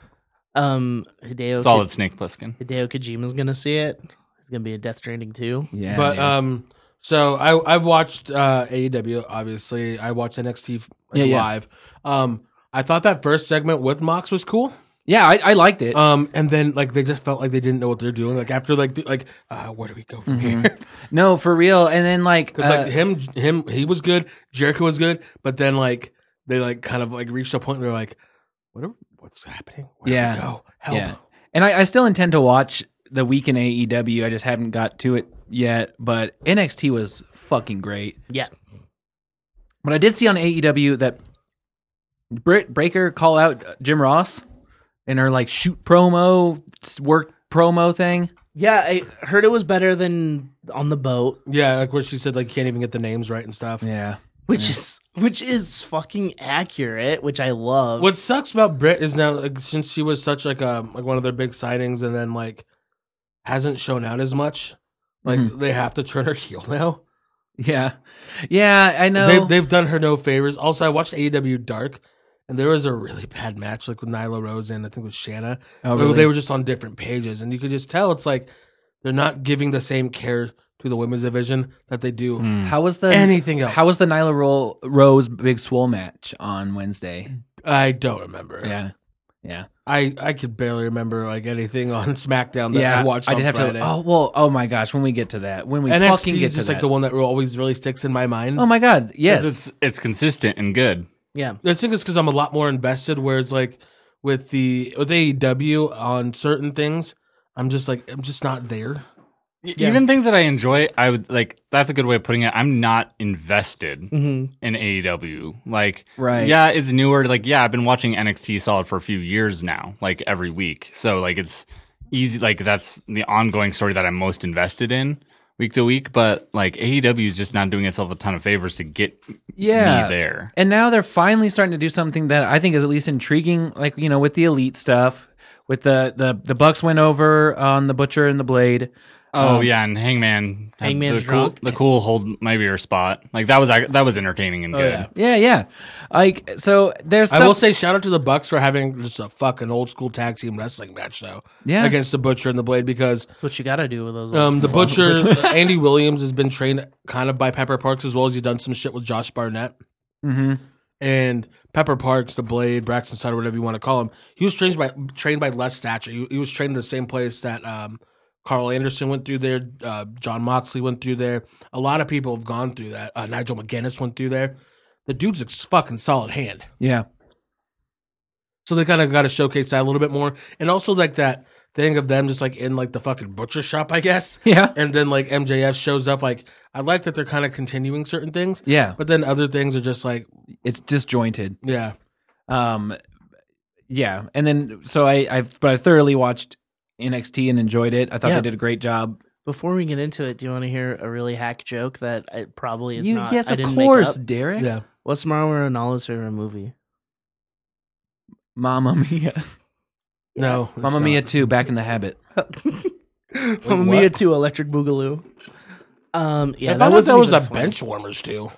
Um, Hideo
Solid Snake Plissken.
Hideo Kojima's gonna see it. It's gonna be a Death Stranding too.
Yeah,
But um, so I I've watched uh, AEW. Obviously, I watched NXT f- like,
Yeah, yeah.
live. Um, I thought that first segment with Mox was cool.
yeah, I, I liked it.
Um, and then like they just felt like they didn't know what they're doing. Like after like th- like uh, where do we go from here?
no, for real. And then like,
Because
Mm-hmm. uh,
like him him he was good. Jericho was good, but then like they like kind of like reached a point where they're like, what are, what's happening? Where
Yeah.
do we go? Help.
Yeah. And I, I still intend to watch the week in AEW. I just haven't got to it yet. But NXT was fucking great.
Yeah.
But I did see on AEW that Britt Breaker call out Jim Ross in her like shoot promo, work promo thing.
Yeah, I heard it was better than on the boat,
Yeah, like where she said like you can't even get the names right and stuff.
Yeah.
which is which is fucking accurate, which I love.
What sucks about Britt is now like, since she was such like a like one of their big signings and then like hasn't shown out as much. Like
Mm-hmm.
they have to turn her heel now.
Yeah. Yeah, I know.
They've they've done her no favors. Also, I watched AEW Dark, and there was a really bad match like with Nyla Rose and I think it was Shanna.
Oh,
They-
really?
They were just on different pages, and you could just tell it's like they're not giving the same care to the women's division that they do.
Hmm. how was the
Anything else?
Mm. How was the Nyla Ro- Rose Big Swole match on Wednesday?
I don't remember.
Yeah. Yeah.
I I could barely remember like anything on SmackDown that I watched. On
did have
Friday.
to. Oh well. Oh my gosh. When we get to that, when we
NXT
fucking get
is
to
just
that.
like the one that re- always really sticks in my mind.
Oh my god. Yes.
It's it's consistent and good.
yeah.
I think it's because I'm a lot more invested. Whereas like with the with AEW on certain things, I'm just like I'm just not there.
Y- Even things that I enjoy, I would like. That's a good way of putting it. I'm not invested
Mhm.
in AEW. Like,
Right.
Yeah, it's newer. Like, yeah, I've been watching NXT Solid for a few years now, like every week. So, like, it's easy. Like, that's the ongoing story that I'm most invested in week to week. But like, AEW is just not doing itself a ton of favors to get
yeah.
me there.
And now they're finally starting to do something that I think is at least intriguing. Like you know, with the elite stuff, with the the the Bucks went over on the Butcher and the Blade.
Oh
Um,
yeah, and Hangman, had
Hangman's
the cool,
drunk.
the cool hold my beer spot. Like that was ac- that was entertaining and
Oh,
good.
yeah.
Yeah, yeah. Like so, there's stuff.
I will say, shout out to the Bucks for having just a fucking old school tag team wrestling match though.
Yeah.
against the Butcher and the Blade because
That's what you got to do with those.
um, the Butcher Andy Williams has been trained kind of by Pepper Parks as well as he's done some shit with Josh Barnett
Mhm.
and Pepper Parks, the Blade, Braxton Sutter, whatever you want to call him. He was trained by trained by Les Thatcher. He, he was trained in the same place that um, Carl Anderson went through there. Uh, John Moxley went through there. A lot of people have gone through that. Uh, Nigel McGuinness went through there. The dude's a fucking solid hand.
Yeah,
So they kind of got to showcase that a little bit more, and also like that thing of them just like in like the fucking butcher shop, I guess.
Yeah.
And then like MJF shows up. Like I like that they're kind of continuing certain things.
Yeah.
But then other things are just like
it's disjointed.
yeah.
Um, yeah, and then so I, I but I thoroughly watched NXT and enjoyed it. I thought
Yeah.
they did a great job.
Before we get into it, do you want to hear a really hack joke that it probably is
You-
not?
yes,
I
of
didn't make
course,
up?
Derek.
Yeah.
What's Mario Ranallo's favorite movie?
Mamma Mia,
No. it's
Mamma
not.
Mia too. Back in the habit.
Mamma
what?
Mia 2 Electric Boogaloo. Um,
I
yeah,
thought that was,
wasn't even
a
funny.
bench warmers too.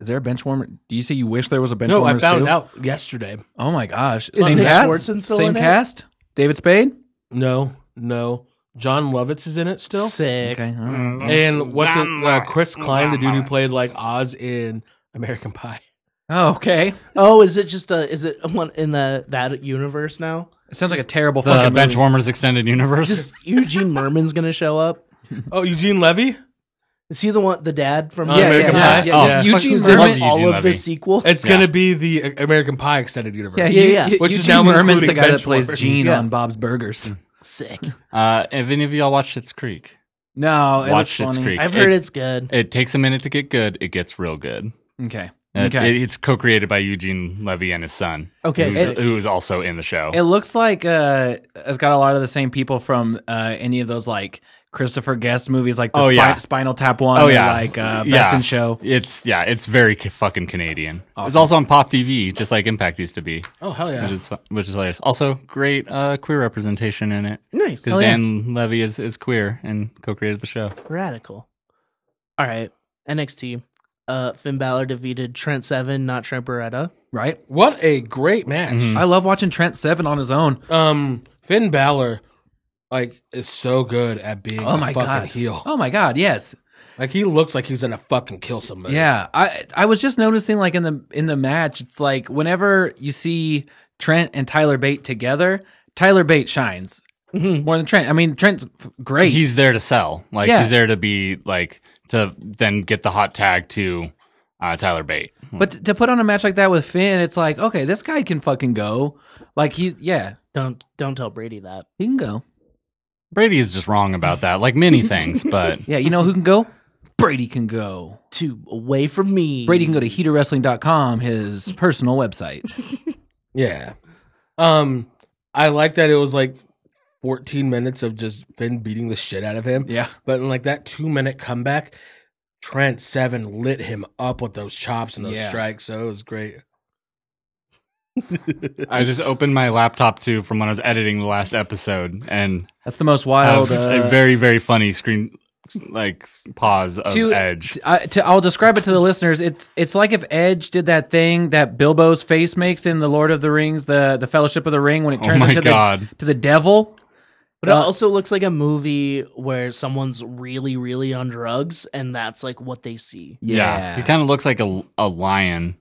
Is there a bench warmer? Do you say you wish there was a bench
No,
warmer?
I found
too?
out yesterday.
Oh my gosh!
Is
same
Nick
cast.
Swartzen still
Same
in it?
cast. David Spade.
No, no. John Lovitz is in it still.
Sick.
Okay. all right.
Mm-hmm.
And what's it,
John
uh, Chris
Lovitz.
Klein, the
John
dude who
Lovitz.
played like Oz in American Pie?
Oh, okay.
Oh, is it just a is it one in the that universe now?
It sounds like a terrible
The
fucking
bench
movie.
warmers extended universe.
Just Eugene Merman's gonna show up.
Oh, Eugene Levy.
Is he the one the dad from
Oh,
Yeah,
American
yeah,
Uh,
Pie.
yeah, yeah,
Yeah.
yeah. Eugene
who's in
Love
Merman.
Eugene
all of
Levy.
the sequels?
It's
Yeah.
gonna be the uh, American Pie extended universe.
Yeah,
Yeah,
you-
yeah.
you-
Which is
Eugene
now
Merman's the
including
guy that
bench
plays
warmers.
Gene
Yeah.
on Bob's Burgers.
sick.
uh, have any of y'all watched Schitt's Creek?
No, it
Watch
looks
Schitt's
funny.
Creek.
I've heard it's good.
It takes a minute to get good. It gets real good.
Okay,
It-
okay.
it- it's co-created by Eugene Levy and his son,
Okay,
who's,
sick.
who is also in the show.
It looks like uh, it's got a lot of the same people from uh, any of those like Christopher Guest movies, like the
Oh,
Spi-
yeah.
Spinal Tap one.
Oh,
or,
yeah.
like uh, Best
Yeah.
in Show.
It's yeah, it's very ca- fucking Canadian. It's also on Pop TV, just like Impact used to be,
Oh hell yeah!
which is fu- which is hilarious. Also, great uh, queer representation in it
Nice.
because
Hell Oh, yeah.
Dan Levy is, is queer and co-created the show.
Radical. All right. NXT. Uh Finn Balor defeated Trent Seven, not Trent Beretta.
Right.
What a great match.
I love watching Trent Seven on his own.
Um, Finn Balor, like, is so good at being
Oh
a
my
fucking
god.
heel.
Oh my god. Yes.
Like, he looks like he's gonna fucking kill somebody.
Yeah. I I was just noticing like in the in the match, it's like whenever you see Trent and Tyler Bate together, Tyler Bate shines
Mm-hmm.
more than Trent. I mean, Trent's great.
He's there to sell. Like
Yeah.
he's there to be like to then get the hot tag to uh, Tyler Bate.
but to put on a match like that with Finn, it's like okay, this guy can fucking go. Like he's yeah,
Don't don't tell Brady that.
he can go.
Brady is just wrong about that, like many things. But
Yeah, you know who can go? Brady can go.
Two away from me.
Brady can go to heaterwrestling.com, his personal website.
yeah. Um, I like that it was like 14 minutes of just Finn beating the shit out of him.
Yeah.
But in like that two minute comeback, Trent Seven lit him up with those chops and those
Yeah.
strikes. So it was great.
I just opened my laptop too from when I was editing the last episode and
That's the most
have
wild.
a
uh,
very very funny screen like s- pause of
to,
Edge.
t- I- to- I'll describe it to the listeners. It's it's like if Edge did that thing that Bilbo's face makes in the Lord of the Rings, the the Fellowship of the Ring, when it
Oh
turns
my
into
God.
the to the devil.
But it
Uh,
also looks like a movie where someone's really, really on drugs, and that's like what they see.
yeah. He kind of looks like a a lion,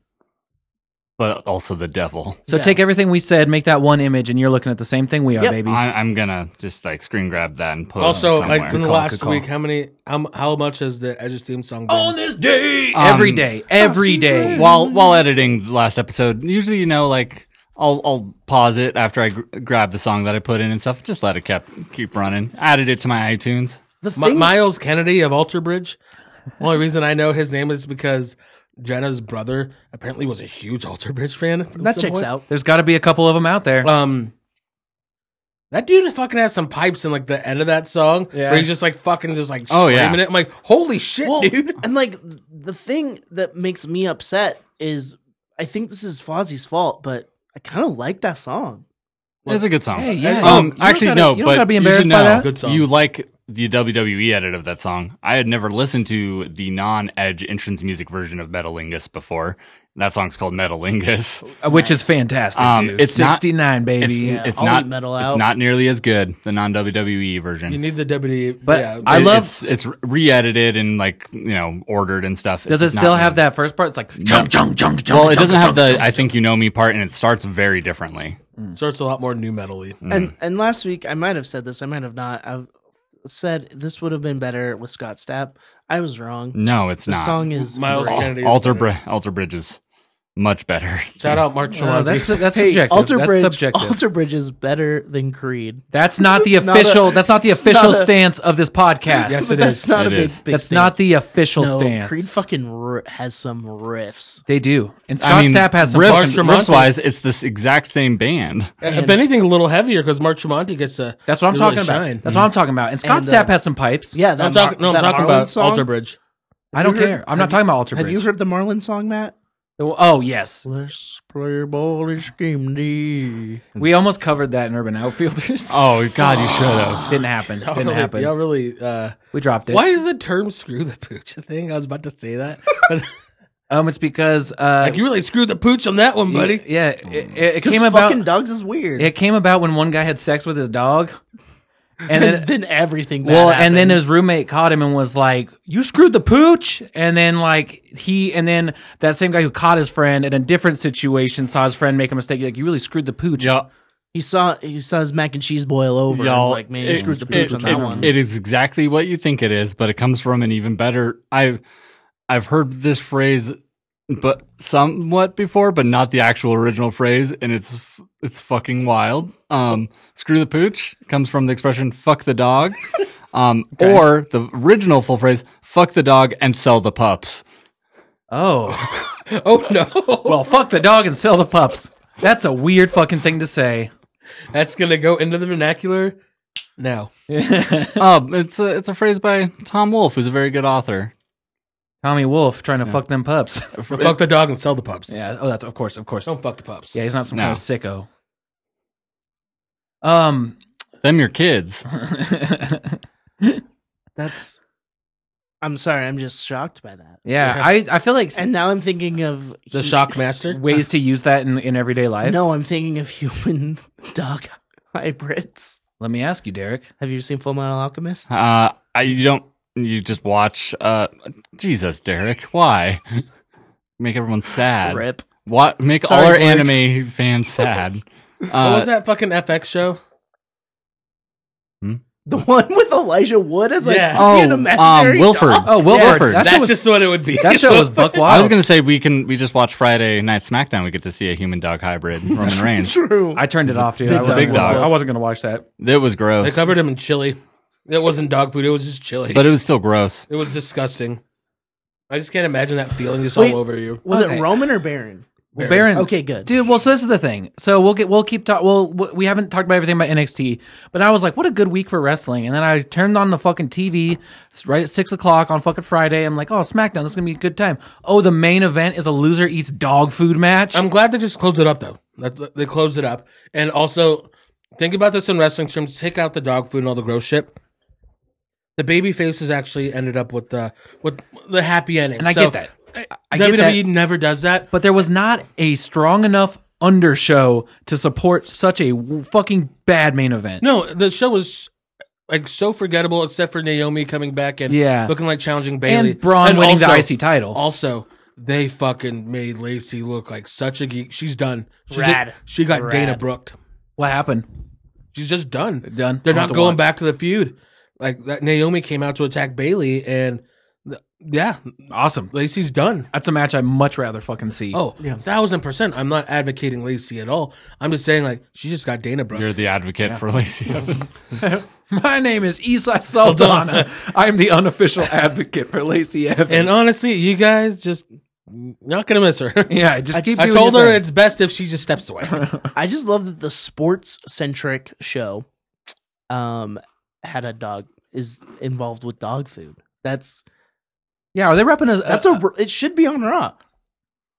but also the devil.
So
Yeah.
take everything we said, make that one image, and you're looking at the same thing we are,
Yep. Um,
baby.
I, I'm gonna just like screen grab that and put it
also,
somewhere.
like in the
Call,
last
call.
week, how many, how, how much has the Edge's theme song been?
this day,
Um,
every day,
Oh,
every day.
while while editing the last episode, usually you know like I'll I'll pause it after I gr- grab the song that I put in and stuff. Just let it keep keep running. Added it to my iTunes.
The
My,
thing,
Miles Kennedy of Alter Bridge. Only reason I know his name is because Jenna's brother apparently was a huge Alter Bridge fan. at
that
some
checks
point.
out.
There's got to be a couple of them out there.
Um, that dude fucking has some pipes in like the end of that song
Yeah.
where he's just like fucking just like
Oh,
screaming
yeah.
it. I'm like, holy shit,
Well,
dude!
and like th- the thing that makes me upset is I think this is Fozzie's fault, but I kind of like that song.
It's a good song.
Hey, yeah.
Um,
You don't
actually,
gotta-
no.
you don't
but
gotta be
you should
embarrassed by
know
that.
Good song.
You like the WWE edit of that song. I had never listened to the non-Edge entrance music version of Metalingus before. That song's called Metalingus.
Uh, which is fantastic.
Um,
dude.
it's not-
69, baby.
It's,
Yeah.
it's
I'll
not
eat metal
It's
out.
not nearly as good the non-WWE version.
You need the WWE.
But
yeah,
I
It-
love-
it's, it's re-edited and like you know ordered and stuff.
Does it
It's not
still have
really-
that first part? It's like chung chung chung chung.
Well, it doesn't
chung,
have
chung,
the "I think you know me" part, and it starts very differently.
starts a lot more new metally.
And and last week I might have said this, I might have not. I've said this would have been better with Scott Stapp. I was wrong.
No, it's
The
not.
song is
Miles
Al-
Kennedy. is
Alter,
better.
Bri- Alter Bridge is much better.
Shout out Mark
No,
Chalante.
that's that's
Hey,
subjective.
Alter
that's
Bridge.
subjective.
Alter Bridge is better than Creed.
that's not the
It's not a-
official. that's not the
it's not
official
a-
stance of this podcast.
Yes,
But
it
that's
is.
not
It
a big,
is.
big
that's not
stance.
the official
no,
stance.
Creed fucking r- has some riffs.
They do. And Scott Stapp has some
riffs,
fucking-
riffs wise, it's this exact same band.
if anything, a little heavier because Mark Tremonti gets a.
That's what I'm
really
talking
shine.
about. That's what I'm talking about. And Scott
And, uh,
Stapp has some pipes.
Yeah, that
I'm talking. No,
Mar-
I'm
that
talking
Marlon
about
song?
Alter Bridge.
I don't
Have you
care.
heard-
I'm not talking about Alter
Have
Bridge.
you heard the Marlin song, Matt?
Oh yes,
Let's play ball and scream D.
we almost covered that in Urban Outfielders.
Oh God, you should have.
Didn't happen.
Y'all
Didn't
really-
happen.
Y'all really. Uh,
We dropped it.
why is the term "screw the pooch" a thing? I was about to say that. But,
Um, it's because uh,
like you really screwed the pooch on that one, buddy.
Yeah, it, it, it
Because
came
fucking
about.
dogs is weird.
It came about when one guy had sex with his dog, and then
and then everything. bad
well, and then
happened.
his roommate caught him and was like, "You screwed the pooch." And then like he, and then that same guy who caught his friend in a different situation saw his friend make a mistake. Like you really screwed the pooch.
Y'all,
he saw he saw his mac and cheese boil over. and was
y'all,
like, man, you
it-
screwed the pooch
it-
on that
it-
one.
It is exactly what you think it is, but it comes from an even better. I, I've heard this phrase, but somewhat before, but not the actual original phrase, and it's f- it's fucking wild. Um, screw the pooch comes from the expression "fuck the dog," um, or the original full phrase "fuck the dog and sell the pups."
Oh,
Oh no,
well, fuck the dog and sell the pups. That's a weird fucking thing to say.
that's gonna go into the vernacular now.
Um, it's a it's a phrase by Tom Wolfe, who's a very good author.
Tommy Wolf trying to fuck them pups.
Fuck the dog and sell the pups.
yeah. Oh, that's of course, of course.
Don't fuck the pups.
Yeah, he's not some
No.
kind of sicko. Um,
Them your kids.
That's. I'm sorry. I'm just shocked by that.
yeah, I, I feel like s-
And now I'm thinking of
The
hu-
Shockmaster.
ways to use that in, in everyday life.
No, I'm thinking of human dog hybrids.
Let me ask you, Derek.
Have you seen Full Metal Alchemist?
Uh, I you don't you just watch. Uh, Jesus, Derek, why make everyone sad?
Rip.
What make
Sorry,
all our
Blake.
anime fans sad?
what
Uh,
was that fucking FX show?
The one with Elijah Wood as like
Yeah.
oh, an
Oh,
imaginary
um, Wilford.
dog?
Oh, Will
Yeah,
Wilford. That
That's
show was,
just what it would be.
that show was buck wild.
I was gonna say we can we just watch Friday Night SmackDown. We get to see a human dog hybrid Roman Reigns.
True.
I turned it off, dude.
big
I, was-
dog.
I was-
Big dog.
I wasn't gonna watch that.
It was
They
gross,
covered him in chili. It wasn't dog food. It was just chili.
but it was still gross.
it was disgusting. I just can't imagine that feeling just
Wait.
all over you.
Was
Okay.
it Roman or Baron?
Well, Baron.
Okay, good.
Dude, well, so this is the thing. So we'll get we'll keep talking. Well, w- we haven't talked about everything about NXT, but I was like, what a good week for wrestling. And then I turned on the fucking TV it's right at six o'clock on fucking Friday. I'm like, oh, SmackDown, this is gonna be a good time. Oh, the main event is a loser eats dog food match.
I'm glad they just closed it up though. That- They closed it up, and also think about this in wrestling terms. Take out the dog food and all the gross shit. The baby faces actually ended up with the with the happy ending,
And I
So, eh,
get that. I get
WWE
that.
E never does that.
but there was not a strong enough undershow to support such a w- fucking bad main event.
No, the show was like so forgettable, except for Naomi coming back and
Yeah.
looking like challenging Bailey
and Braun winning the
also-
IC title.
Also, they fucking made Lacey look like such a geek. She's done. She's
Rad.
she got
Rad.
Dana Brooked.
what happened?
She's just done.
done.
They're
I'll have
not
to
going
watch.
back to the feud. Like that Naomi came out to attack Bailey, and th- yeah,
Awesome.
Lacey's done.
That's a match I'd much rather fucking see.
Oh, thousand percent. I'm not advocating Lacey at all. I'm just saying like she just got Dana Brooke.
You're the advocate for Lacey Evans.
My name is Isai Saldana. I am the unofficial advocate for Lacey Evans.
and honestly, you guys just not gonna miss her.
yeah, just keep.
I
doing
told
your
her
thing.
it's best if she just steps away.
I just love that the sports centric show um had a dog is involved with dog food. That's
yeah. Are they repping a?
that's
a,
a it should be on Raw.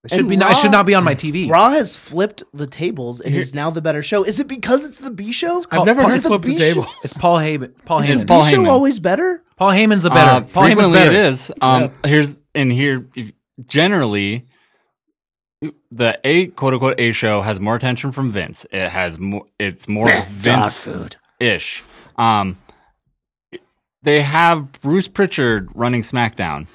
It should
And
be. not- it
Raw-
should not be on my TV.
Raw has flipped the tables and is now the better show. Is it because it's the B show?
I've never
Is
heard
the
flip the
B
table.
show-
It's Paul Heyman. Paul
It's
Heyman.
Paul
B show
Heyman.
always better?
Paul Heyman's the
Uh,
better. Paul Heyman's
frequently
better.
it is. Um, Here's and here if- generally the A quote unquote A show has more attention from Vince. It has more. It's more Vince ish. Um, they have Bruce Pritchard running SmackDown,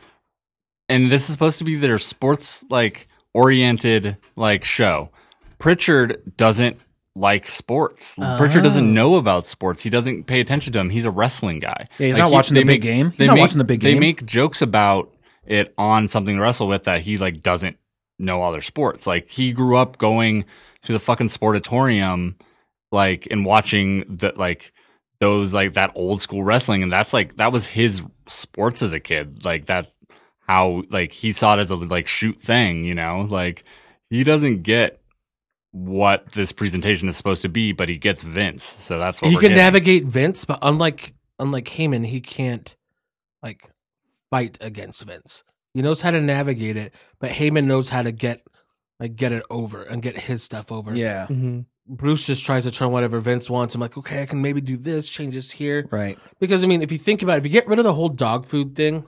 and this is supposed to be their sports like oriented like show. Pritchard doesn't like sports. Pritchard
Oh.
doesn't know about sports. He doesn't pay attention to them. He's a wrestling guy.
Yeah, he's
Like,
not
he-
watching
they
the big
make-
game. He's
they
not
make-
watching the big
They
game.
make jokes about it on something to wrestle with that he like doesn't know other sports. Like he grew up going to the fucking sportatorium, like and watching the like those like that old school wrestling, and that's like that was his sports as a kid. Like that's how like he saw it as a like shoot thing. You know, like he doesn't get what this presentation is supposed to be, but he gets Vince. So that's what
he
we're
can
getting.
navigate Vince, but unlike unlike Heyman, he can't like fight against Vince. He knows how to navigate it, but Heyman knows how to get like get it over and get his stuff over.
Yeah.
Bruce just tries to turn whatever Vince wants. I'm like, okay, I can maybe do this, change this here.
Right.
Because I mean, if you think about it, if you get rid of the whole dog food thing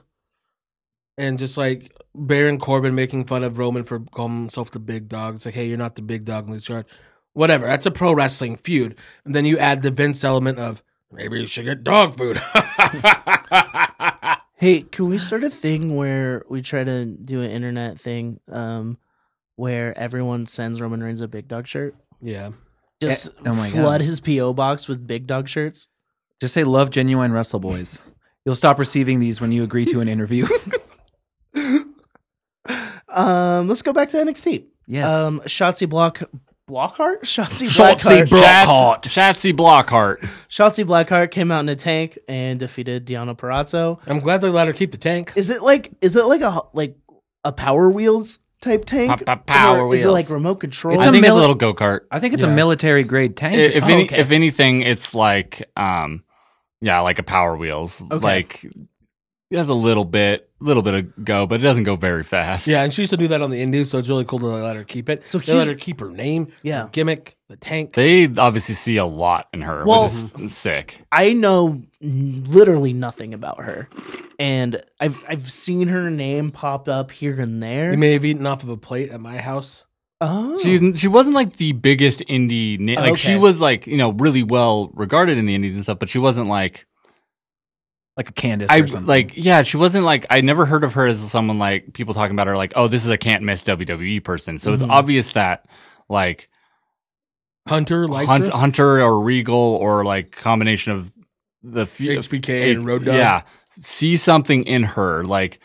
and just like Baron Corbin making fun of Roman for calling himself the big dog, it's like, hey, you're not the big dog in the chart. Whatever. That's a pro wrestling feud. And then you add the Vince element of maybe you should get dog food.
Hey, can we start a thing where we try to do an internet thing um, where everyone sends Roman Reigns a big dog shirt?
yeah.
Just
Eh, oh my God.
flood his P.O. box with big dog shirts?
Just say love genuine wrestle boys. You'll stop receiving these when you agree to an interview.
Um, let's go back to NXT.
yes.
Um, Shotzi Block. Blockhart? Shotzi
Shotzi
Blackheart.
Bro-
Shats- Shatsy Blockheart.
Shotzi Blackheart came out in a tank and defeated Deanna Parazzo.
I'm glad they let her keep the tank.
Is it like is it like a like a Power Wheels type tank?
Pa- pa- Power
Or Is it
Wheels.
like remote control?
It's
I
a
think
mili-
it's a little go kart.
I think it's
Yeah.
a military grade tank.
if
Oh,
any,
okay.
if anything, it's like um, yeah, like a Power Wheels. Like it has a little bit, little bit of go, but it doesn't go very fast.
Yeah, and she used to do that on the Indies, so it's really cool to let her keep it. So
So
they let
here's-
her keep her name,
Yeah.
her gimmick, the tank.
they obviously see a lot in her.
Well- Mm-hmm.
Well, sick.
I know n- literally nothing about her, and I've I've seen her name pop up here and there.
you may have eaten off of a plate at my house.
oh,
She she wasn't like the biggest indie. Na- like she
Okay.
was like you know really well regarded in the indies and stuff, but she wasn't like
like a Candace
I
or something.
like yeah, she wasn't like I never heard of her as someone like people talking about her like oh this is a can't miss WWE person. So it's
Mhm.
obvious that like
Hunter likes
Hunt,
her.
Hunter or Regal or like combination of the few,
HBK and Road Dogg.
Yeah, see something in her. Like,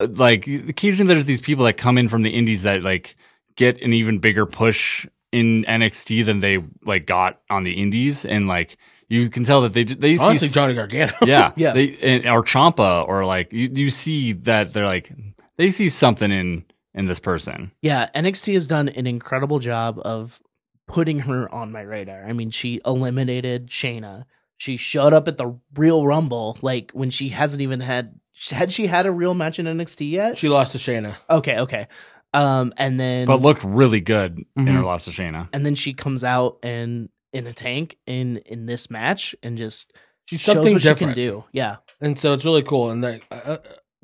like occasionally there's these people that come in from the indies that like get an even bigger push in NXT than they like got on the indies, and like you can tell that they they
Honestly,
see
Johnny Gargano.
yeah,
Yeah.
They and, or Champa or like you you see that they're like they see something in in this person.
yeah, NXT has done an incredible job of putting her on my radar. I mean, she eliminated Shayna. She showed up at the real Rumble, like when she hasn't even had had she had a real match in NXT yet.
She lost to Shayna.
Okay, okay. Um, and Mm-hmm. then
But looked really good in her
Mhm.
loss to Shayna.
and then she comes out and in a tank in in this match and just
She's
shows
something
what
different,
she can do. Yeah.
and so it's really cool. And like uh, uh,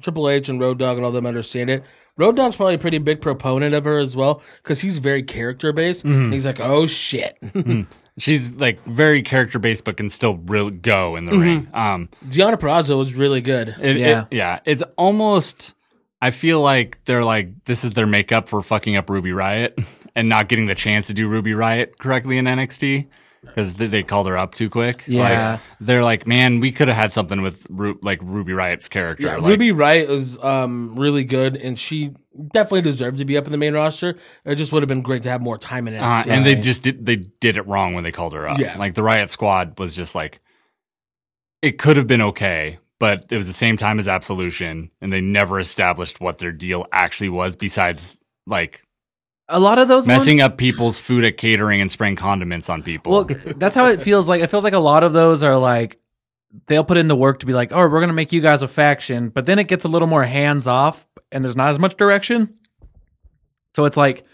Triple H and Road Dogg and all them understand it. Road Dogg's probably a pretty big proponent of her as well because he's very character based.
Mm-hmm.
And he's like, oh shit,
she's like very character based but can still really go in the ring um
Deanna Perazzo was really good.
it, yeah
Yeah.
yeah it's almost i feel like they're like this is their makeup for fucking up ruby riot and not getting the chance to do ruby riot correctly in nxt because they, they called her up too quick
Yeah.
like, they're like man we could have had something with Ru- like ruby riot's character
Yeah,
like,
Ruby Wright was um, really good, and she definitely deserved to be up in the main roster. It just would have been great to have more time in it.
uh, and they just did they did it wrong when they called her up
Yeah.
like the riot squad was just like it could have been okay but it was the same time as absolution and they never established what their deal actually was besides like
a lot of those ones-
messing up people's food at catering and spraying condiments on people
Well, that's how it feels like. It feels like a lot of those are like they'll put in the work to be like, "Oh, we're going to make you guys a faction," but then it gets a little more hands off and there's not as much direction. So it's like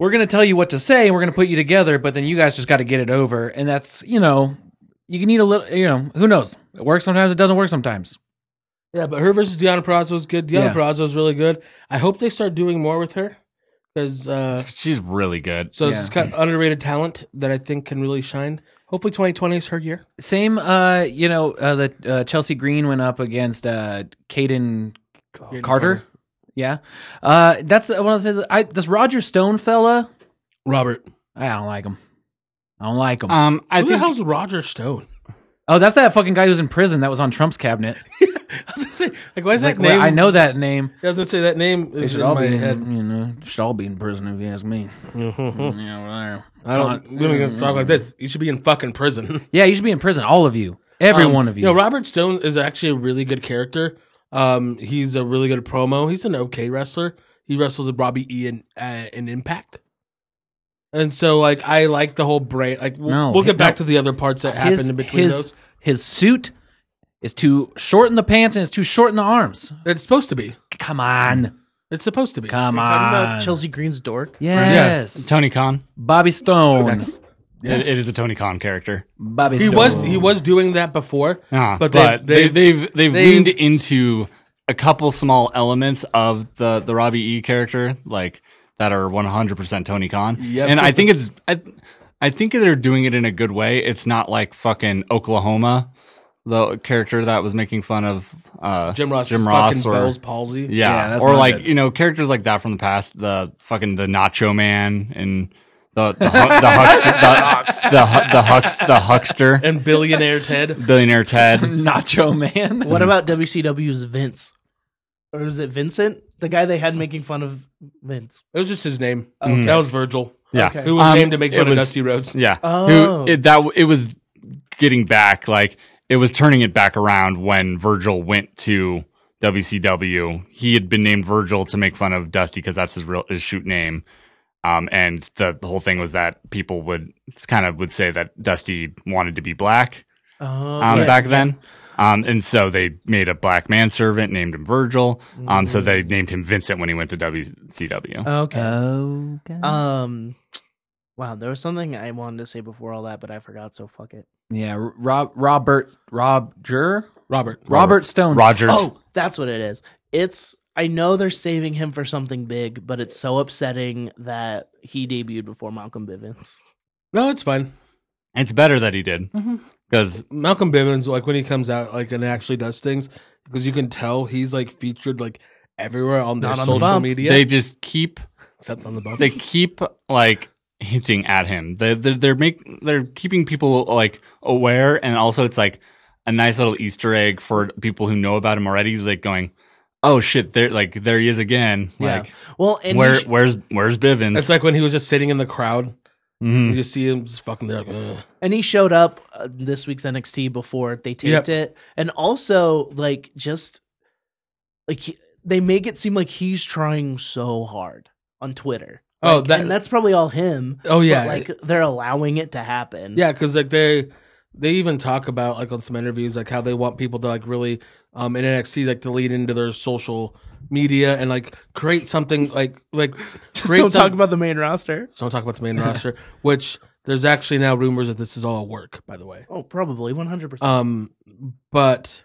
we're going to tell you what to say and we're going to put you together, but then you guys just got to get it over. And that's, you know, you need a little, you know, who knows? It works sometimes, it doesn't work sometimes.
Yeah, but her versus Deanna Perazzo was good. Deanna
Yeah.
Perazzo is really good. I hope they start doing more with her because uh,
She's really good.
so
Yeah.
it's kind of underrated talent that I think can really shine. Hopefully, 2020 is her year.
Same, uh, you know, uh, the uh, Chelsea Green went up against uh, Caden Carter.
Caden Carter.
Yeah, uh, that's one of the things. I this Roger Stone fella.
Robert,
I don't like him. I don't like him.
Um, I
who the
think
hell's Roger Stone?
oh, that's that fucking guy who's in prison that was on Trump's cabinet.
I was gonna say, like, why is
Like,
that name?
I know that name.
I was gonna say that name
They
is
should
in
all
my
be, in-
head. Hmm.
you know, should all be in prison if you ask me. Yeah, whatever.
I don't. We don't even talk like this. You should be in fucking prison.
Yeah, you should be in prison, all of you, every
Um,
one of you.
know, Robert Stone is actually a really good character. Um, he's a really good promo. He's an okay wrestler. He wrestles with Robbie E in, uh, in Impact. And so, like, I like the whole brain. Like, we'll,
No,
we'll get
he-
back
no.
to the other parts that happened in between
his,
those.
His suit is too short in the pants and it's too short in the arms.
It's supposed to be.
Come on,
It's supposed to be.
come on.
Talking about Chelsea Green's dork.
Yes,
Tony Khan.
Bobby Stone.
That's-
It, it is a Tony Khan character.
Bobby
he
Stone.
was he was doing that before,
Uh,
but,
but
they,
they,
they,
they've, they've
they've-
leaned into a couple small elements of the the Robbie E character, like that are 100% Tony Khan.
Yep.
And I think it's I, I think they're doing it in a good way. It's not like fucking Oklahoma, the character that was making fun of uh,
Jim Ross,
Jim Ross
fucking
or
Bell's palsy.
yeah,
Yeah, that's
or
not
like
good.
you know characters like that from the past, the fucking the Nacho Man and the the, hu- the huckster, the the, hu- the, hux, the huckster,
and billionaire Ted.
billionaire Ted.
Nacho Man.
What about WCW's Vince? Or is it Vincent? The guy they had making fun of Vince.
It was just his name. That was Virgil,
Yeah,
Okay.
who was
Mm. Um,
named to make
it
fun
was-
of Dusty Rhodes.
Yeah,
Oh.
Who, it, that w- it was getting back like it was turning it back around when Virgil went to WCW. He had been named Virgil to make fun of Dusty because that's his real his shoot name. Um, and the whole thing was that people would kind of would say that Dusty wanted to be black.
Oh,
um,
yeah.
back then. Um, and so they made a black manservant named him Virgil. Um, so
Mm-hmm.
they named him Vincent when he went to WCW.
Okay.
Oh,
Um. Wow, there was something I wanted to say before all that, but I forgot. So fuck it.
yeah, Rob Robert Roger
Robert.
Robert Stone
Roger.
Oh, that's what it is. It's. I know they're saving him for something big, but it's so upsetting that he debuted before Malcolm Bivens.
No, it's fine.
It's better that he did
Mm-hmm.
because
Malcolm Bivens, like when he comes out, like and actually does things, because you can tell he's like featured like everywhere on their
Not on the
social
bump.
media,
they just keep
except on the bump.
they keep like hinting at him. They they're, they're make they're keeping people like aware, and also it's like a nice little Easter egg for people who know about him already. Like going, oh shit, there like there he is again. Like
yeah. Well, and he
where
sh-
where's where's Bivens?
it's like when he was just sitting in the crowd,
Mhm.
you just see him just fucking there, like, Ugh.
and he showed up uh, this week's NXT before they
Yep.
taped it, and also like just like he, they make it seem like he's trying so hard on Twitter.
Oh,
Like,
that-
and that's probably all him.
Oh, yeah.
but, like they're allowing it to happen.
yeah, because like they they even talk about like on some interviews like how they want people to like really um in NXT like to lead into their social media and like create something like like
just
create
don't
some-
talk about the main roster.
Just don't talk about the main roster, which there's actually now rumors that this is all a work, by the way.
Oh, probably one hundred percent.
um but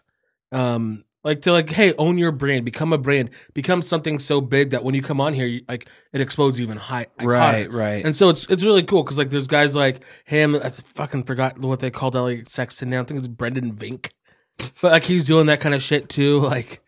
um like to like hey own your brand become a brand become something so big that when you come on here you, like it explodes even high like,
Right,
higher.
right.
and so it's it's really cool because like there's guys like him i fucking forgot what they called elliot sexton now i think it's brendan vink but like he's doing that kind of shit too like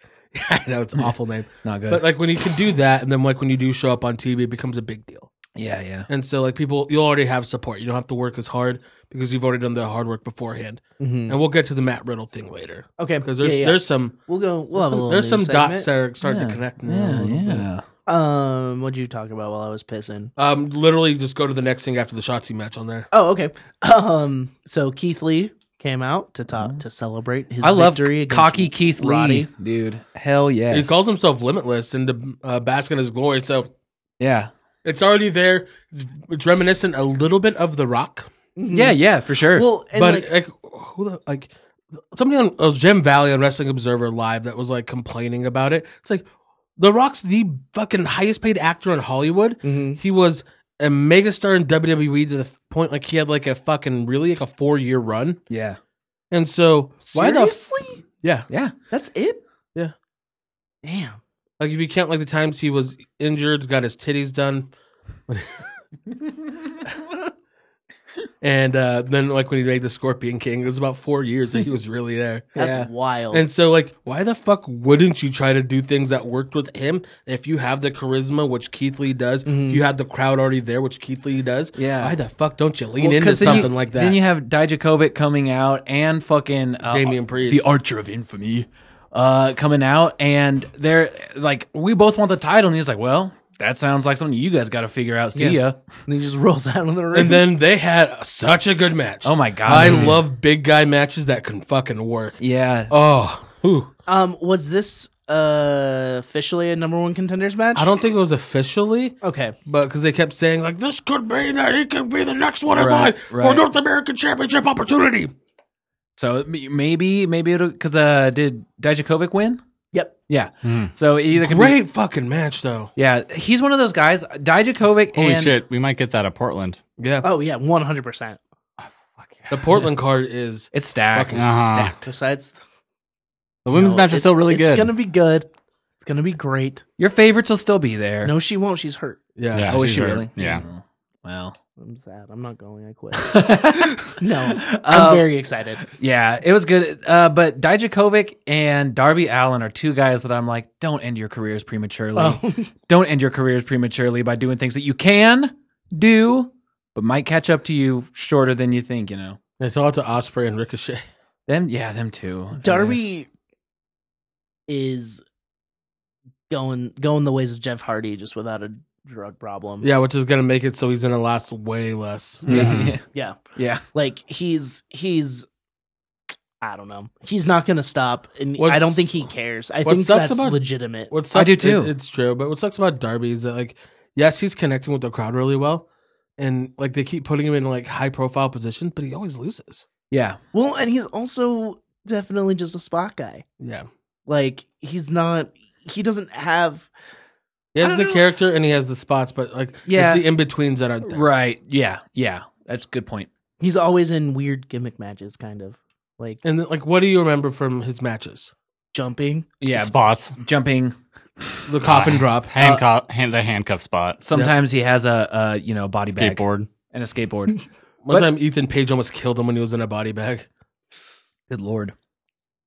i know it's an awful name
Not good.
but like when you can do that and then like when you do show up on tv it becomes a big deal
yeah, yeah.
and so like people you'll already have support you don't have to work as hard because you've already done the hard work beforehand and we'll get to the Matt Riddle thing later
Okay,
because Uh, there's
Mm-hmm. yeah, yeah.
there's some
we'll go. We'll have a little
there's some
news
dots that
segment.
are starting to connect. Now a
Yeah,
little bit.
yeah.
Um, what'd you talk about while I was pissing?
Um, literally just go to the next thing after the Shotzi match on there.
Oh, okay. Um, so Keith Lee came out to
Mm-hmm.
talk to celebrate his
I love
victory against
cocky Keith Lee,
Roddy.
dude. Hell yes.
He calls himself Limitless and to uh, bask in his glory, so
yeah,
it's already there. It's, it's reminiscent a little bit of The Rock,
yeah, yeah, for sure.
Mm-hmm. Well, and
but uh,
like,
like, who the like uh, somebody on it was Jim Valley on Wrestling Observer Live that was like complaining about it. It's like The Rock's the fucking highest paid actor in Hollywood.
Mhm.
He was a megastar in WWE to the f- point like he had like a fucking really like a four year run.
Yeah.
And so why the f-
Seriously?
yeah
Yeah.
That's it?
Yeah.
Damn.
like if you count like the times he was injured, got his titties done, and uh, then like when he made the Scorpion King, it was about four years that he was really there.
That's
Yeah.
wild.
And so, like, why the fuck wouldn't you try to do things that worked with him? If you have the charisma, which Keith Lee does,
Mhm.
if you have the crowd already there, which Keith Lee does.
Mm-hmm. Yeah.
Why the fuck don't you lean
Well,
into
'cause then you-
something like
Then
that?
you have Dijakovic coming out and fucking uh,
Damian Priest.
the Archer of Infamy, uh, coming out, and they're like, we both want the title, and he's like, well, that sounds like something you guys got to figure out. See
Yeah.
ya.
And he just rolls out on the ring.
and then they had such a good match.
Oh my god,
I
dude.
love big guy matches that can fucking work.
Yeah,
Oh, whew.
um, was this uh, officially a number one contenders match?
I don't think it was officially,
Okay.
but because they kept saying like this could be that he could be the next one in
Right,
line for
right.
North American Championship opportunity.
So it- maybe maybe it'll because uh, did Dijakovic win?
Yep.
Yeah. So it either could be,
Great fucking match though.
yeah, he's one of those guys. Dijakovic
Holy
and
shit, we might get that at Portland.
Yeah,
Oh yeah, one hundred percent.
the Portland card is
it's stacked.
Fucking
Uh-huh.
stacked.
Besides,
The women's
No,
match is
it-
still really
It's
good.
gonna be good. It's gonna be great.
Your favorites will still be there.
No, she won't. She's hurt.
Yeah.
Yeah.
oh, is
she's
she
hurt.
really?
Yeah.
Mm. Well,
I'm sad. I'm not going. I quit. no, I'm
Um,
very excited.
yeah, it was good. Uh, but Dijakovic and Darby Allen are two guys that I'm like, don't end your careers prematurely.
Oh.
Don't end your careers prematurely by doing things that you can do, but might catch up to you shorter than you think. You know.
They throw out to Osprey and Ricochet.
Them, yeah, them too.
Darby is going going the ways of Jeff Hardy, just without a drug problem.
Yeah, which is gonna make it so he's gonna last way less.
Mm-hmm.
Mhm.
Yeah,
yeah.
yeah.
Like he's he's. I don't know. He's not going to stop, and I
What's-
don't think he cares. I
what
think
sucks
that's
about-
legitimate.
What sucks,
do too.
it- it's true, but what sucks about Darby is that like, yes, he's connecting with the crowd really well, and like they keep putting him in like high profile positions, but he always loses.
yeah.
Well, and he's also definitely just a spot guy.
Yeah,
Like he's not. He doesn't have.
he
I
has the
don't know.
character and he has the spots, but like,
Yeah.
it's the in betweens that aren't there.
Right. Yeah. Yeah. That's a good point.
He's always in weird gimmick matches, kind of like
And then, like, what do you remember from his matches?
jumping.
Yeah. Uh,
Spots.
Jumping.
The coffin drop.
Handcuff hand the handcuff spot.
Sometimes he has a, a you know body bag
Skateboard.
and a skateboard.
One
What?
time, Ethan Page almost killed him when he was in a body bag.
good lord.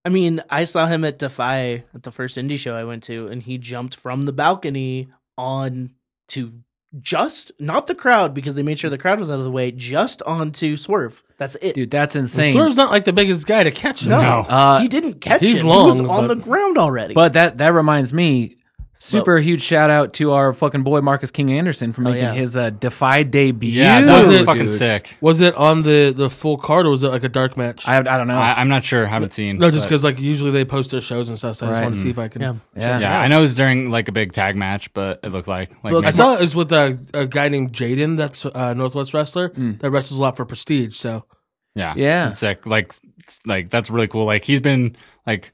I mean, I saw him at Defy at the first indie show I went to, and he jumped from the balcony on to just not the crowd because they made sure the crowd was out of the way, just onto Swerve. That's it.
Dude, that's insane.
Swerve's not like the biggest guy to catch him.
no,
No.
Uh,
he didn't catch
he's
him. he was
long,
on
but-
the ground already.
But that that reminds me. Super huge shout out to our fucking boy Marcus King Anderson for making
Oh, yeah.
his uh, Defy debut.
Yeah, that was
Dude.
fucking sick.
Was it on the the full card or was it like a dark match?
I, I don't know.
I, I'm not sure. Haven't seen.
no, just
but-
because like usually they post their shows and stuff. So I just
Right.
want to see if I can.
Mm. Yeah.
yeah.
Yeah, I know it was during like a big tag match, but it looked like like
Look,
I
maybe-
saw it was with a, a guy named Jaden. That's a Northwest wrestler that wrestles a lot for Prestige. So
yeah,
Yeah.
it's sick. Like it's- like that's really cool. Like he's been like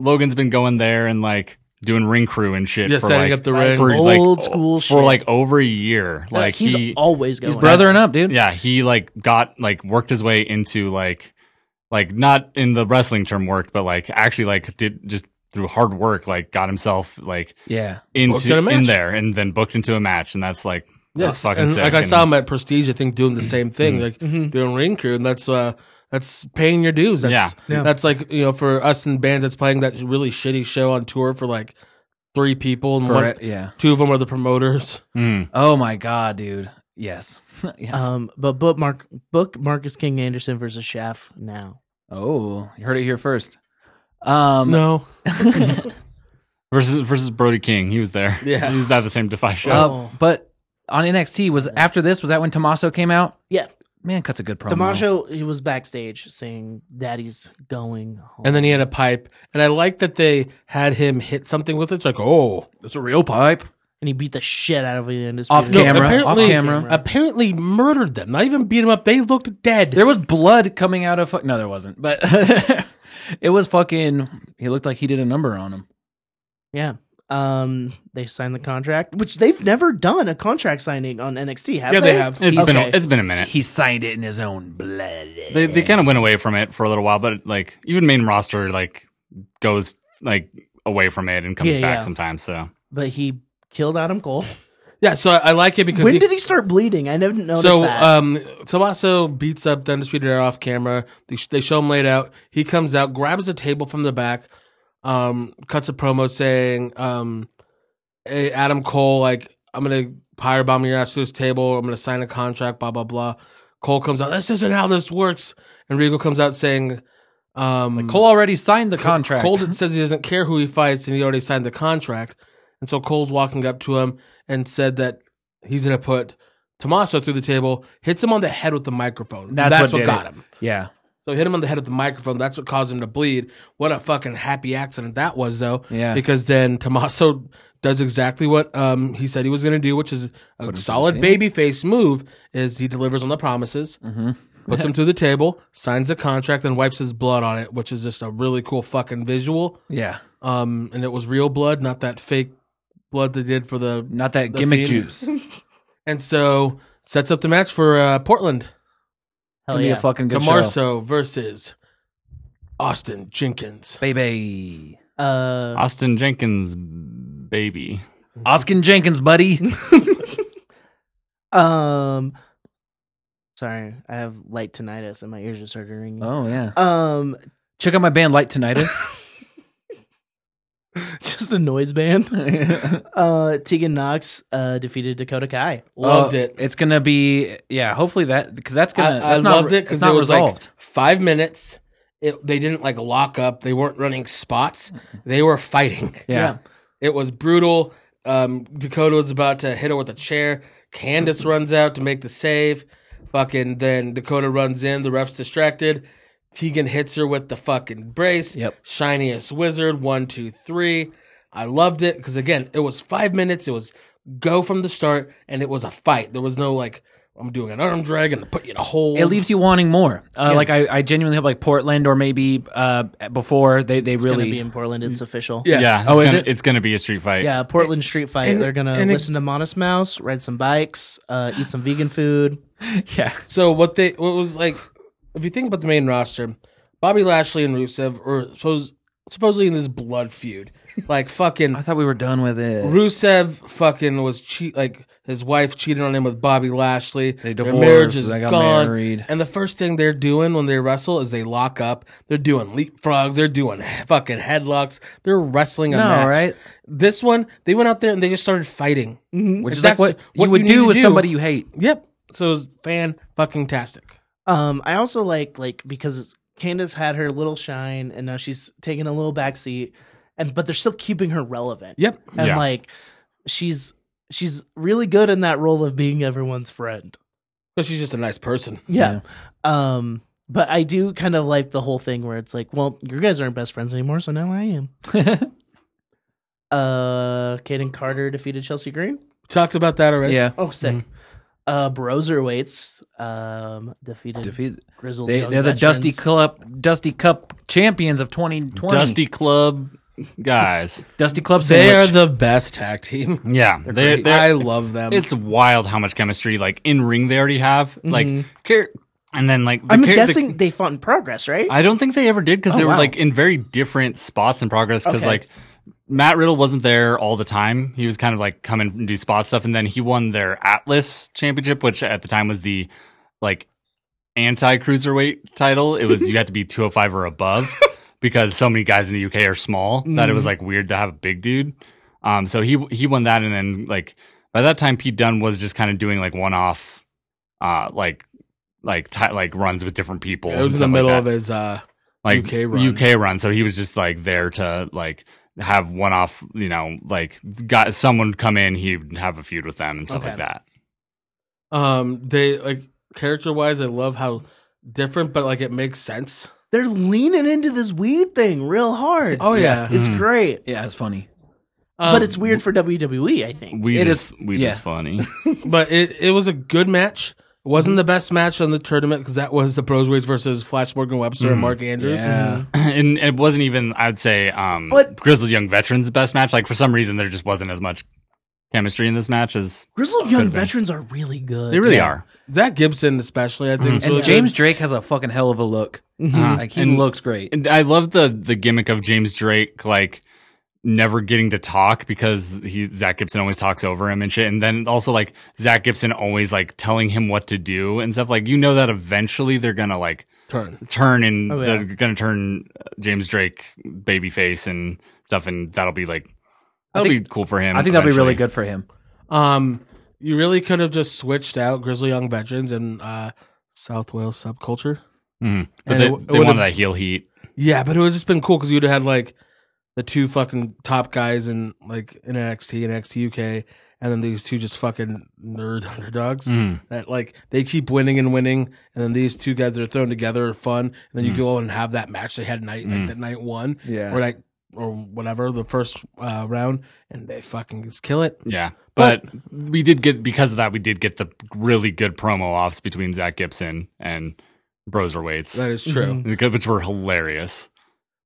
Logan's been going there and like doing ring crew and shit
yeah,
for
setting
like,
up the
Like,
ring.
for like
Old
o-
school
for
shit.
like over a year.
Like,
Like
he's
he
always going.
He's brothering up, dude.
yeah he like got like worked his way into like like not in the wrestling term work, but like actually like did just through hard work like got himself like
Yeah.
Booked in a
into in
match.
there and then booked into a match and that's like that's
yes,
fucking
and
sick.
like I
And-
saw him at Prestige. I think doing the same thing, like doing ring crew, and that's uh that's paying your dues. That's,
Yeah. Yeah.
that's like you know for us in bands that's playing that really shitty show on tour for like three people and
For
one,
it, yeah.
two of them are the promoters.
Mm.
Oh my god, dude. Yes. yeah.
Um, but book Mark book Marcus King Anderson versus Chef now.
oh, you heard it here first. Um,
no,
versus versus Brody King. He was there.
Yeah.
he's not the same Defy show.
uh,
Oh.
but on NXT was after this. Was that when Tommaso came out?
Yeah.
Man, cuts a good
uh,
promo.
Damajo he was backstage saying Daddy's going home.
and then he had a pipe, and I like that they had him hit something with it. It's like oh.
It's a real pipe.
and he beat the shit out of the undisputed.
Off
No,
camera. Off
apparently-
camera.
Apparently murdered them. Not even beat them up. They looked dead.
There was blood coming out of. Fu- no, there wasn't. But it was fucking. He looked like he did a number on him.
Yeah. Um, they signed the contract, which they've never done a contract signing on NXT, have
yeah,
they?
they have.
It's been
Okay.
a, it's been a minute.
He signed it in his own blood.
They they kind of went away from it for a little while, but like even main roster like goes like away from it and comes
Yeah,
back
yeah.
sometimes. So
But he killed Adam Cole.
Yeah, so I, I like it because
When
he,
did he start bleeding? I never noticed
so
that.
um Tommaso beats up the Undisputed Era off camera. They, sh- they show him laid out. He comes out, grabs a table from the back, um, cuts a promo saying, um, hey, Adam Cole, like, I'm gonna powerbomb your ass to this table, I'm gonna sign a contract, blah blah blah. Cole comes out, this isn't how this works. And Regal comes out saying, um,
Cole already signed the contract.
Cole that says he doesn't care who he fights, and he already signed the contract. And so Cole's walking up to him and said that he's going to put Tommaso through the table, hits him on the head with the microphone.
That's
That's, what,
what did
got
it.
him.
yeah.
So he hit him on the head with the microphone. That's what caused him to bleed. What a fucking happy accident that was, though.
Yeah.
Because then Tommaso does exactly what um, he said he was going to do, which is a solid babyface move. Is he delivers on the promises,
Mm-hmm.
puts him through the table, signs the contract, and wipes his blood on it, which is just a really cool fucking visual.
Yeah.
Um, and it was real blood, not that fake blood they did for the.
Not that
The
gimmick
Fiend.
juice.
And so sets up the match for uh, Portland.
Hell
Give me
yeah.
a fucking good show.
Gamarso versus Austin Jenkins.
Baby.
uh,
Austin Jenkins, baby.
Oskin Jenkins, buddy.
um, sorry, I have light tinnitus and my ears just started ringing.
oh, yeah.
Uh-huh.
Um,
Check out my band, Light Tinnitus.
just a noise band. uh, Tegan Knox uh, defeated Dakota Kai.
Loved
Uh,
it.
It's going to be, yeah, hopefully that, because that's going
I,
to,
I
that's not,
loved it
it's
because it
not
was
resolved.
like five minutes. It, they didn't like lock up. They weren't running spots. They were fighting.
Mm-hmm. yeah.
It was brutal. Um, Dakota was about to hit her with a chair. Candace runs out to make the save. Fucking then Dakota runs in. The ref's distracted. Tegan hits her with the fucking brace.
Yep.
Shiniest wizard. One, two, three. I loved it because again, it was five minutes. It was go from the start, and it was a fight. There was no like, I'm doing an arm drag and put you in a hole.
It leaves you wanting more. Uh, Like I, I genuinely hope like Portland or maybe uh, before they, they
It's gonna be
really
in Portland. It's official.
Mm. Yeah.
Yeah.
Oh,
it's
is
gonna,
it?
It's gonna be a street fight.
Yeah, Portland street fight.
and-
They're gonna
and it-
listen to Modest Mouse, ride some bikes, uh, eat some vegan food.
yeah
So what they what was like if you think about the main roster, Bobby Lashley and Rusev were suppose, supposedly in this blood feud. Like
I
fucking
thought we were done with it.
Rusev fucking was cheat like his wife cheated on him with Bobby Lashley. Their
They divorced,
marriage is
they got
gone.
married.
And the first thing they're doing when they wrestle is they lock up. They're doing leapfrogs. They're doing fucking headlocks. They're wrestling a
No,
match.
right?
This one, they went out there and they just started fighting.
Which is like
That's
what,
what
you would
you need
do
to
with
do.
somebody you hate.
Yep. So it was fan fucking tastic.
Um, I also like like because Candace had her little shine, and now she's taking a little backseat, and but they're still keeping her relevant.
Yep.
and
Yeah.
like she's she's really good in that role of being everyone's friend.
But she's just a nice person.
Yeah. Um, but I do kind of like the whole thing where it's like, well, you guys aren't best friends anymore, so now I am. uh, Kaden Carter defeated Chelsea Green.
Talked about that already.
Yeah.
Oh, sick. Uh, Broserweights um defeated
Defeat.
Grizzled.
They,
Young
they're the Dusty
Veterans.
Cup Dusty Cup champions of 2020.
Dusty Club guys.
Dusty Club
They are
sandwich.
the best tag team.
Yeah. They,
great.
they're,
I love them.
it's wild how much chemistry like in ring they already have. Like care and then like the
Mm-hmm. I'm
char- the-
guessing they fought in progress, right?
I don't think they ever did because
Oh,
they were
wow.
like in very different spots in progress. Because
Okay.
like Matt Riddle wasn't there all the time; he was kind of like come in and do spot stuff, and then he won their Atlas Championship, which at the time was the like anti cruiserweight title. It was you had to be 205 or above because so many guys in the UK are small that
Mm.
it was like weird to have a big dude. Um, so he he won that, and then like by that time, Pete Dunne was just kind of doing like one off, uh, like like ti like runs with different people.
it
and
was in the
stuff like
middle
that
of his uh
like
UK run.
UK run. So he was just like there to like have one off, you know, like got someone come in, he'd have a feud with them and stuff
Okay.
like that.
um they like character wise I love how different but like it makes sense.
They're leaning into this weed thing real hard.
Oh yeah.
It's great,
yeah, it's funny.
Um,
but it's weird for WWE. E, I think
Weed
It
is,
is-
weed
yeah.
is funny.
but it, it was a good match. It wasn't the best match on the tournament because that was the Bros Waves versus Flash Morgan Webster and Mark Andrews.
Yeah.
and it wasn't even I'd say um
But-
Grizzled Young Veterans best match. Like for some reason there just wasn't as much chemistry in this match as
Grizzled
Could've
Young
been.
veterans are really good.
they really are.
Mm-hmm. Zach Gibson, especially, I think, is
And
really
James Drake has a fucking hell of a look.
Uh,
Like he
and-
looks great.
And I love the the gimmick of James Drake like never getting to talk because he Zach Gibson always talks over him and shit. And then also like Zach Gibson always like telling him what to do and stuff. Like you know that eventually they're gonna like
good turn.
turn and
Oh, yeah.
they're gonna turn uh, James Drake babyface and stuff, and that'll be like that'll
think-
be cool for him.
I think that'll be really
eventually.
good for him.
Um, you really could have just switched out Grizzly Young Veterans and uh, South Wales subculture.
Mhm. But
And
they,
it w- it
they
would've-
wanted that heel heat.
Yeah, but it would have just been cool because you'd have had like the two fucking top guys in like in NXT and NXT UK, and then these two just fucking nerd underdogs
Mm.
that like they keep winning and winning, and then these two guys that are thrown together are fun, and then you go and have that match they had night like
Mm.
that night one
Yeah.
or like or whatever the first uh, round, and they fucking just kill it.
Yeah. But, we did get because of that we did get the really good promo offs between Zach Gibson and Broserweights.
That is true.
which were hilarious.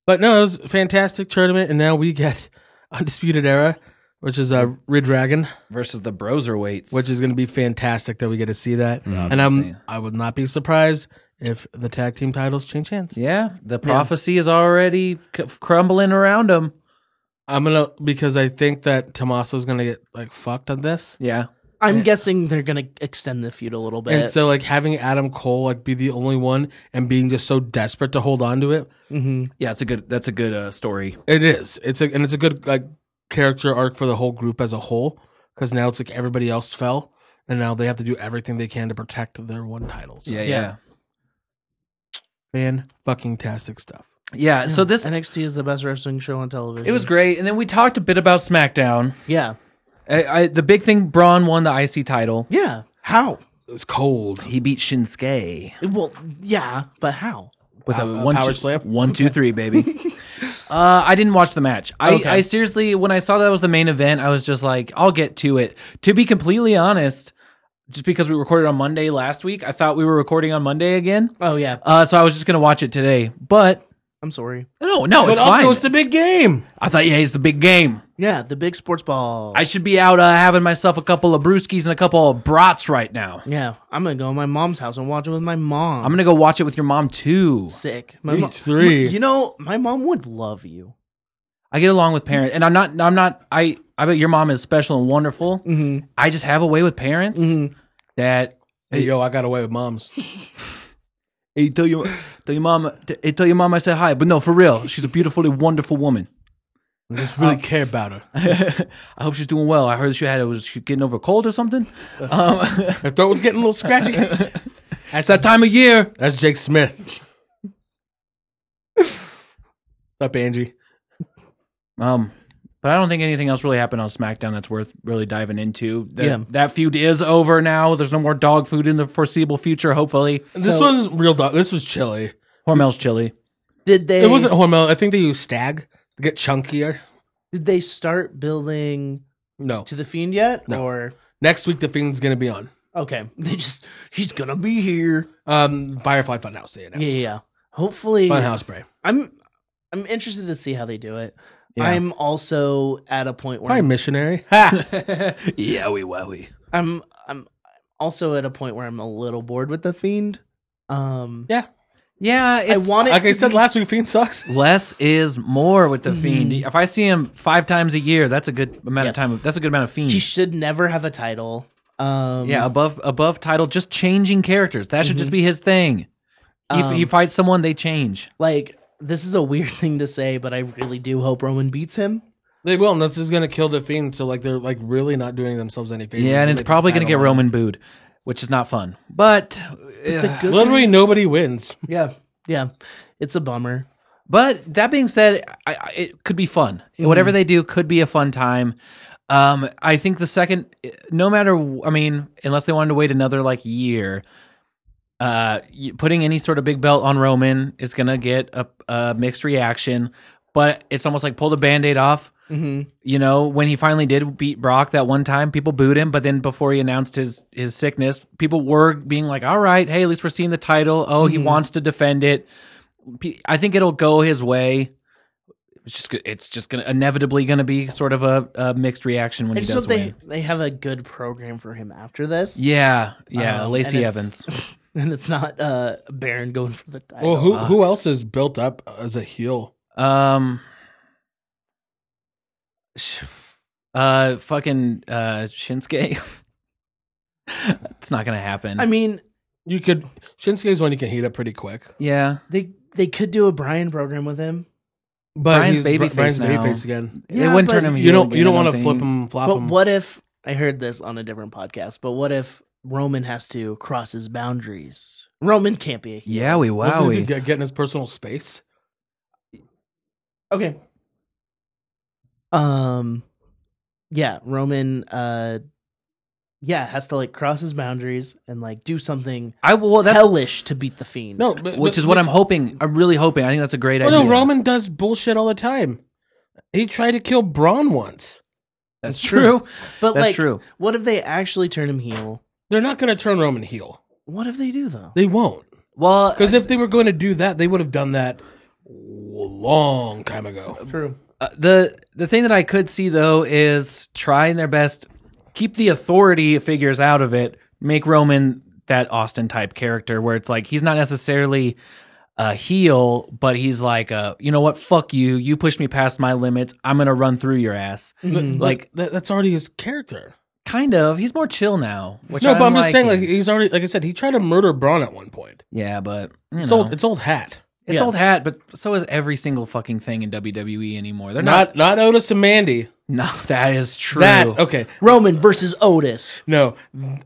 But no, it was a fantastic tournament, and now we get Undisputed Era, which is uh, Rid Dragon,
Versus the Broser weights.
which is going to be fantastic that we get to see that.
Yeah,
and I'm
insane.
I would not be surprised if the tag team titles change hands.
yeah, the prophecy is already c- crumbling around him.
I'm gonna because I think that Tommaso's gonna get like fucked on this,
Yeah.
I'm guessing they're gonna extend the feud a little bit.
and so like having Adam Cole like be the only one and being just so desperate to hold on to it.
Mhm.
Yeah, it's a good that's a good uh, story.
It is. It's a and it's a good like character arc for the whole group as a whole because now it's like everybody else fell and now they have to do everything they can to protect their one title. So
Yeah, yeah.
yeah.
Yeah,
fan fucking tastic stuff.
so this
NXT is the best wrestling show on television.
it was great and then we talked a bit about SmackDown.
Yeah.
I, I, the big thing Braun won the IC title.
Yeah. How?
It was cold.
He beat Shinsuke
Well, yeah, but how?
with
Pow-
a
a
one
power
two-
slam?
One, two, three, baby. uh, I didn't watch the match. I,
Okay.
I seriously, when I saw that was the main event, I was just like, I'll get to it. To be completely honest, just because we recorded on Monday last week, I thought we were recording on Monday again.
Oh yeah.
Uh, so I was just gonna watch it today, but
I'm sorry.
no,
Oh,
no,
But
it's
uh,
also,
fine.
it's the big game.
I thought, yeah, it's the big game.
Yeah, the big sports ball.
I should be out uh, having myself a couple of brewskis and a couple of brats right now.
yeah, I'm gonna go to my mom's house and watch it with my mom.
I'm gonna go watch it with your mom too.
sick. My
Me
mom.
three.
You know, my mom would love you.
I get along with parents, and I'm not. I'm not. I. I bet your mom is special and wonderful.
Mm-hmm.
I just have a way with parents that.
Hey, yo, I got away with moms.
Hey, tell your tell your mom. t- Hey, tell your mom I said hi. But no, for real, she's a beautifully wonderful woman.
I just really care about her.
I hope she's doing well. I heard she had was she getting over a cold or something. Um,
Her throat was getting a little scratchy.
it's that time of year.
That's Jake Smith. What's up, Angie?
Um, but I don't think anything else really happened on SmackDown that's worth really diving into. That,
Yeah.
that feud is over now. There's no more dog food in the foreseeable future. Hopefully,
This
So-
was real dog. This was chili.
Hormel's chili.
Did they?
It wasn't hormel. I think they used stag to get chunkier.
Did they start building
No.
to the fiend yet?
No.
Or
Next week, the Fiend's going to be on.
okay, they just he's gonna be here.
Um, Firefly Funhouse, they announced.
Yeah, yeah, yeah. Hopefully,
Funhouse Bray.
I'm I'm interested to see how they do it.
Yeah.
I'm also at a point where
Probably
I'm,
missionary. Ha! Yowie wowie.
I'm I'm also at a point where I'm a little bored with the fiend. Um,
Yeah.
Yeah,
I
it's,
want it.
Like
to
I said
be-
last week, Fiend sucks.
less is more with the
Mm-hmm.
fiend. If I see him five times a year, that's a good amount of
Yeah.
time. That's a good amount of fiend.
he should never have a title. Um,
yeah, above above title, just changing characters. That should just be his thing. If he
Mm-hmm. Um,
fights someone, they change.
like this is a weird thing to say, but I really do hope Roman beats him.
They will, and this is going to kill the Fiend. So, like, they're like really not doing themselves any favors.
Yeah, and
They
it's
put
probably
that
going to get
on.
Roman booed, which is not fun. But
The good
Literally, nobody wins.
thing- yeah, yeah, it's a bummer.
But that being said, I, I, it could be fun. Whatever they do could be a fun time. Um, I think the second, no matter, I mean, unless they wanted to wait another like year, uh, you- putting any sort of big belt on Roman is gonna get a, a mixed reaction. But it's almost like pull the band aid off,
Mhm.
You know, when he finally did beat Brock that one time, people booed him. But then before he announced his his sickness, people were being like, "All right, hey, at least we're seeing the title. Oh, he wants to defend it. P- I think it'll go his way." It's just go- it's just gonna inevitably gonna be sort of a, a mixed reaction when
And
he
so
does
they
win.
they have a good program for him after this.
Yeah, yeah,
Oh,
Um,
Lacey
and it's-
Evans.
and it's not uh Baron going for the title.
Well, who who else is built up as a heel?
Um, sh- uh, fucking uh, Shinsuke. It's not gonna happen.
I mean,
You could Shinsuke's one you can heat up pretty quick,
yeah,
they they could do a Brian program with him.
but he's
Brian's babyface
Brian's
now.
babyface again.
they
Yeah,
wouldn't
but
turn him.
You
heel
don't
again,
you don't
I
want to flip
think.
him, flop
But
him.
what if I heard this on a different podcast? But what if Roman has to cross his boundaries? Roman can't be a heel.
Yeah, we
Wasn't he
wowie.
get- getting his personal space?
Okay. Um yeah, Roman uh yeah, has to like cross his boundaries and like do something
I well, that's
hellish to beat the fiend.
No, but,
which
but-
is what
but-
I'm hoping. I'm really hoping. I think that's a great
Well,
idea.
no, Roman does bullshit all the time. He tried to kill Braun once.
That's true.
but
that's
like
true.
what if they actually turn him heel?
They're not going to turn Roman heel.
What if they do though?
They won't.
Well,
Because if they were going to do that, they would have done that long time ago.
True.
Uh, the the thing that I could see though is trying their best keep the authority figures out of it. Make Roman that Austin type character where it's like he's not necessarily a heel, but he's like, uh, you know what? Fuck you. You pushed me past my limits. I'm gonna run through your ass. Like,
Mm-hmm. Like that, that's already his character.
kind of. He's more chill now. Which
no, but I'm just saying, like
liking.
he's already, like I said, he tried to murder Braun at one point.
yeah, but you
It's
know,
old. It's old hat.
it's
yeah.
old hat. But so is every single fucking thing in WWE anymore. They're not.
Not not Otis and Mandy.
No, that is true.
That okay.
Roman versus Otis.
No,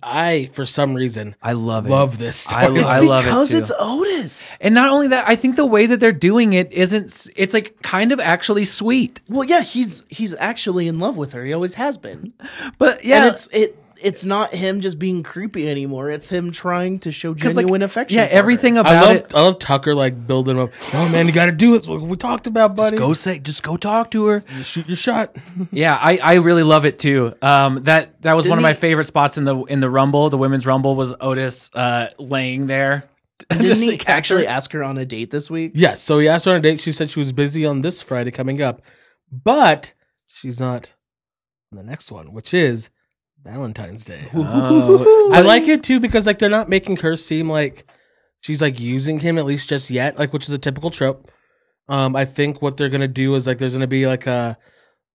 I for some reason
I love it.
love this.
I-
storyline.
I love it,
because
too.
it's Otis.
And not only that, I think the way that they're doing it isn't. s- It's like kind of actually sweet,
Well, yeah, he's he's actually in love with her. He always has been.
but
Yeah,
yeah,
it's it it's not him just being creepy anymore. It's him trying to show
'cause, like,
genuine affection.
Yeah,
for
everything
her.
about
I love
it.
I love Tucker like building him up. Oh man, you got to do it. It's what we talked about, buddy.
Go say, just go talk to her.
shoot your shot.
Yeah, I, I really love it too. Um, that that was one of
Didn't
my
he-
favorite spots in the in the rumble, the women's rumble was Otis uh, laying there.
Didn't
Just to
he
catch her.
actually ask her on a date this week?
Yes. So he asked her on a date. She said she was busy on this Friday coming up, but she's not on the next one, which is Valentine's Day.
Oh,
I like it too because like they're not making her seem like she's like using him at least just yet, like which is a typical trope. Um, I think what they're gonna do is like there's gonna be like a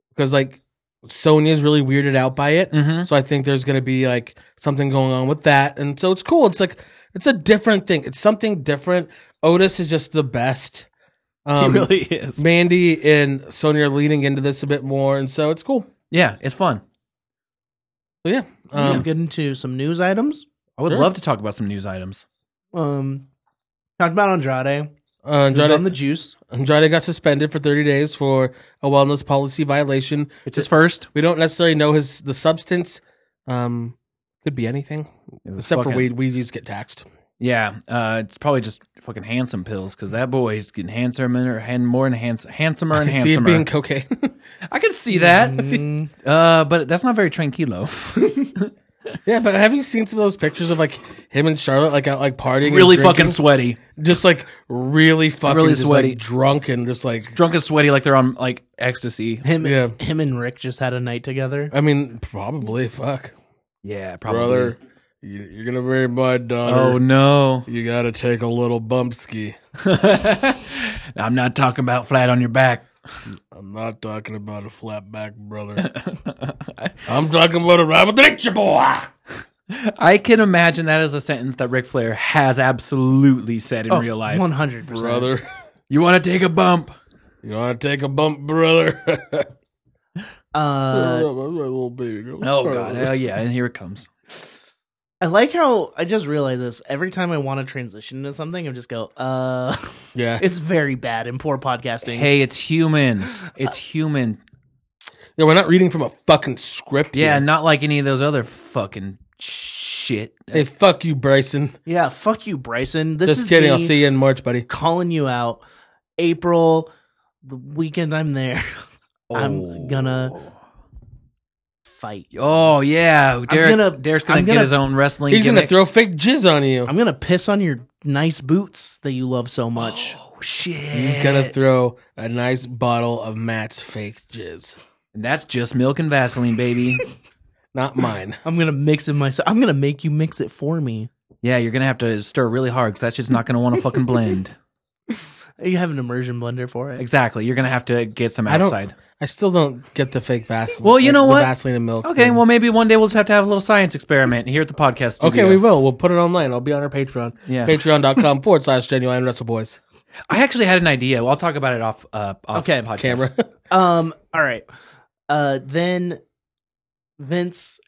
because like Sonya's really weirded out by it,
Mhm.
so I think there's gonna be like something going on with that, and so it's cool. It's like it's a different thing. It's something different. Otis is just the best. Um,
is.
Mandy and Sonya are leaning into this a bit more, and so it's cool.
Yeah, it's fun.
So yeah, um,
Um, get into some news items.
I would
Sure.
love to talk about some news items.
Um, talked about Andrade.
uh,
He was
Andrade-
on the juice.
Andrade got suspended for 30 days for a wellness policy violation.
It's his first,
We don't necessarily know his the substance. Um, could be anything
was
except for
fucking-
weed. Weed just get taxed.
Yeah, uh, it's probably just fucking handsome pills because that boy is getting handsomer and more and hands- handsomer and
I see it
handsomer.
being cocaine.
I can see that.
Mm-hmm.
uh, but that's not very tranquilo.
yeah, but have you seen some of those pictures of like him and Charlotte like out like partying? and
really
drinking?
fucking sweaty.
just like really fucking
Really
just,
sweaty.
like, drunk and just like.
Drunk and sweaty like they're on like ecstasy.
Him,
Yeah.
him and Rick just had a night together.
I mean, probably fuck,
Yeah, probably.
brother. you- You're gonna marry my daughter.
Oh no.
You gotta take a little bump ski.
I'm not talking about flat on your back.
I'm not talking about a flat back, brother. I'm talking about a rabbit that you boy.
I can imagine that is a sentence that Ric Flair has absolutely said in
Oh,
real life.
one hundred percent.
Brother,
You want to take a bump?
you want to take a bump, brother?
Uh,
little baby girl.
Oh god. Oh yeah, and here it comes.
I like how I just realized this. Every time I want to transition into something, I just go, "Uh,
Yeah.
it's very bad in poor podcasting."
Hey, it's human. It's human.
yeah, we're not reading from a fucking script.
Yeah,
here.
not like any of those other fucking shit.
Hey, fuck you, Bryson.
Yeah, fuck you, Bryson. This
Just
is
kidding.
Me
I'll see you in March, buddy.
Calling you out, April. The weekend I'm there. I'm gonna
Oh.
fight.
Oh yeah, Derek.
gonna-
Derek's gonna
I'm
get
gonna-
his own wrestling.
He's gonna
gimmick.
throw fake jizz on you.
I'm gonna piss on your nice boots that you love so much.
Oh shit.
He's gonna throw a nice bottle of Matt's fake jizz,
And that's just milk and Vaseline, baby.
not mine.
I'm gonna mix it myself. I'm gonna make you mix it for me.
yeah, you're gonna have to stir really hard because that shit's not gonna want to fucking blend.
You have an immersion blender for it.
Exactly. You're gonna have to get some
I don't-
outside.
I still don't get the fake Vaseline.
Well, you
like,
know
the
what?
Vaseline and milk.
Okay.
thing.
Well, maybe one day we'll just have to have a little science experiment here at the podcast studio.
okay, we will. We'll put it online. I'll be on our Patreon.
Yeah.
Patreon.com forward slash genuine wrestle boys
I actually had an idea. Well, I'll talk about it off. Uh, off
Okay,
podcast.
camera.
Um. All right. Uh. Then Vince.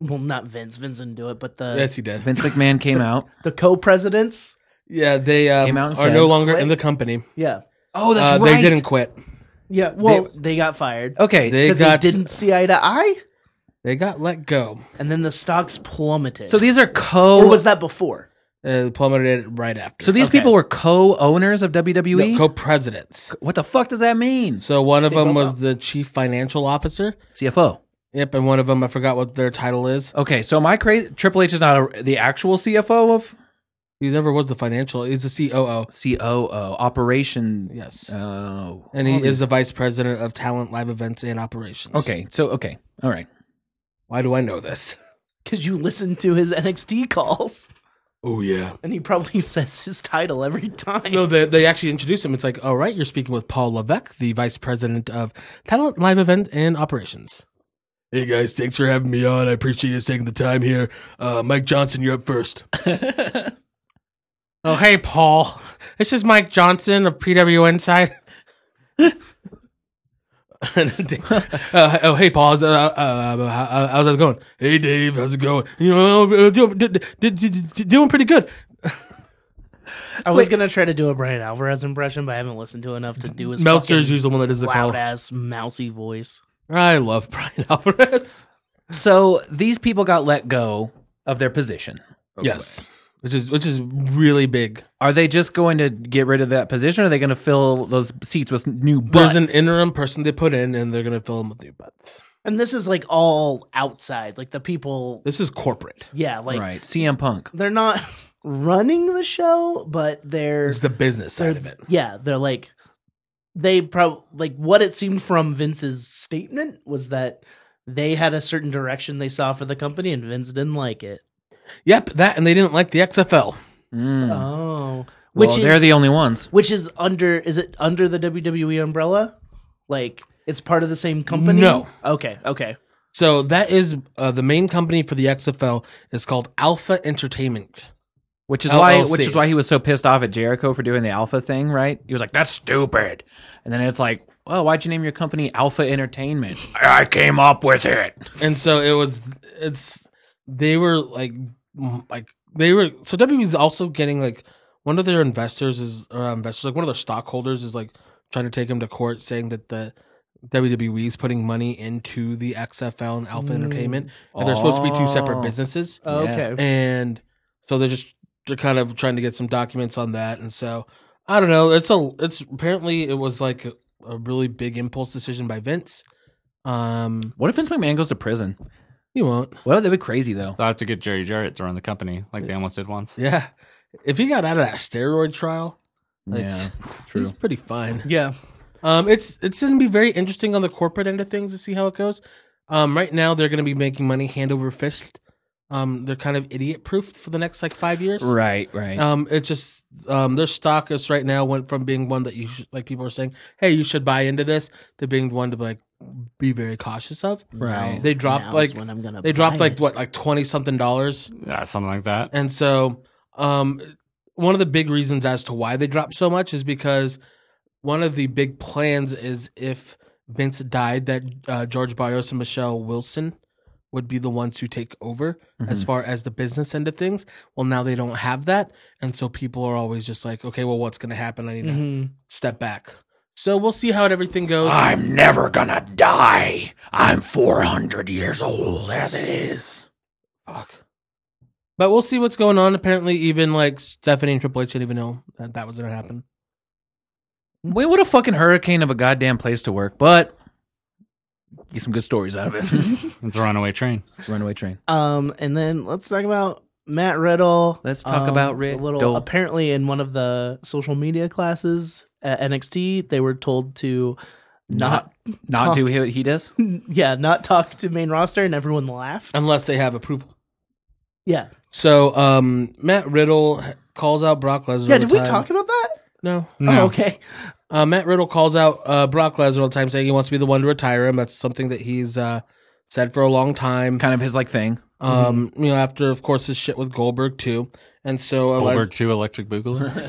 Well, not Vince. Vince didn't do it, but the
yes, he did.
Vince McMahon came out.
the co-presidents.
Yeah, they um,
Came out
are
and said-
no longer in
Quit.
the company.
Yeah.
Oh, that's
Uh,
right.
They didn't quit.
Yeah. Well, they, got fired
Okay.
They
because they,
got
didn't see eye to eye,
they got let go.
and then the stocks plummeted.
so these are co.
or was that before?
Uh, plummeted it right after.
so these
okay.
people were co-owners of
No,
WWE.
co-presidents.
what the fuck does that mean?
So one of
They
them
both
was the chief financial officer.
CFO.
Yep, and one of them I forgot what their title is.
Okay, so am I crazy? Triple H is not a, the actual CFO of
He never was the financial. He's the COO.
COO operation.
Yes.
Oh,
and he
all
is
these-
the vice president of talent, live events, and operations.
okay. So okay, all right.
Why do I know this?
Because you listened to his NXT calls,
Oh yeah.
and he probably says his title every time.
No, they, they actually introduced him. It's like, all right, you're speaking with Paul Levesque, the vice president of talent, live event, and operations. Hey guys, thanks for having me on. I appreciate you taking the time here. Uh, Mike Johnson, you're up first. oh hey, Paul. This is Mike Johnson of PW Inside. uh, oh hey Paul, how's, uh, uh, how- how's it going? Hey Dave, how's it going? You know, uh, doing, d- d- d- d- doing pretty good.
I was gonna try to do a Brian Alvarez impression, but I haven't listened to enough to do his
Meltzer's
Meltzer's
usually the one that does the call.
loud ass mousy voice.
I love Brian Alvarez.
So these people got let go of their position.
Yes, which is which is really big.
Are they just going to get rid of that position? Or are they going to fill those seats with new butts?
There's an interim person they put in, and they're gonna fill them with new butts.
And this is like all outside, like the people.
This is corporate.
Yeah, like
right, CM Punk.
they're not running the show, but they're
It's the business
they're
side of it.
yeah, they're like they probably like what it seemed from Vince's statement was that they had a certain direction they saw for the company, and Vince didn't like it.
Yep, that, and they didn't like the XFL. Hmm.
Mm.
Oh,
Which
which
well, they're
is
the only ones.
which is under is it under the WWE umbrella? Like it's part of the same company?
No.
Okay. Okay.
So that is uh, the main company for the XFL. It's called Alpha Entertainment.
Which is why
LLC.
which is why he was so pissed off at Jericho for doing the Alpha thing, right? He was like, "That's stupid." And then it's like, "Well, why'd you name your company Alpha Entertainment?" I came up with it.
and so it was it's they were like m- like they were so WWE's also getting like one of their investors is or uh, investors like one of their stockholders is like trying to take him to court saying that the WWE is putting money into the XFL and Alpha Entertainment and they're supposed to be two separate
Oh.
businesses
Okay.
and so they're just they're kind of trying to get some documents on that and so I don't know it's a it's apparently it was like a, a really big impulse decision by Vince um
What if Vince McMahon goes to prison?
he won't
Well, that'd be crazy though.
They'll have to get Jerry Jarrett to run the company like they almost did once.
Yeah. If he got out of that steroid trial, like,
yeah,
he's
true.
pretty fine.
Yeah.
Um, it's it's going to be very interesting on the corporate end of things to see how it goes. Um, right now they're going to be making money hand over fist. Um, they're kind of idiot proofed for the next like five years.
Right, right.
Um, it's just um, their stock is right now went from being one that you should, like people are saying, hey, you should buy into this, to being one to like be very cautious of.
Right.
They dropped
Now's
like
when I'm gonna
they dropped
buy
like
it.
what like twenty something dollars
Yeah, something like that.
And so, um, one of the big reasons as to why they dropped so much is because one of the big plans is if Vince died, that uh, George Barrios and Michelle Wilson would be the ones who take over as far as the business end of things. Well, now they don't have that. And so people are always just like, okay, well, what's going to happen? I need to
Mhm.
step back. So we'll see how it- everything goes.
I'm never gonna die. I'm 400 years old as it is.
Fuck. But we'll see what's going on. Apparently, even like Stephanie and Triple H didn't even know that that was going to happen.
Wait, what a fucking hurricane of a goddamn place to work. But Get some good stories out of it.
It's a runaway train.
Runaway train.
Um, and then let's talk about Matt Riddle.
Let's talk
Um,
about
a
Riddle.
little- apparently, in one of the social media classes at NXT, they were told to not,
Not do what he does.
yeah, not talk to main roster, and everyone laughed.
unless they have approval.
Yeah,
So um, Matt Riddle calls out Brock Lesnar.
yeah.
all
Did
the
we
time.
talk about that?
No.
Oh,
No.
okay.
Uh, Matt Riddle calls out uh, Brock Lesnar all the time, saying he wants to be the one to retire him. That's something that he's uh, said for a long time.
Kind of his like thing.
Um, you know, after of course his shit with Goldberg too, and so uh, like-
Goldberg two electric boogaloo.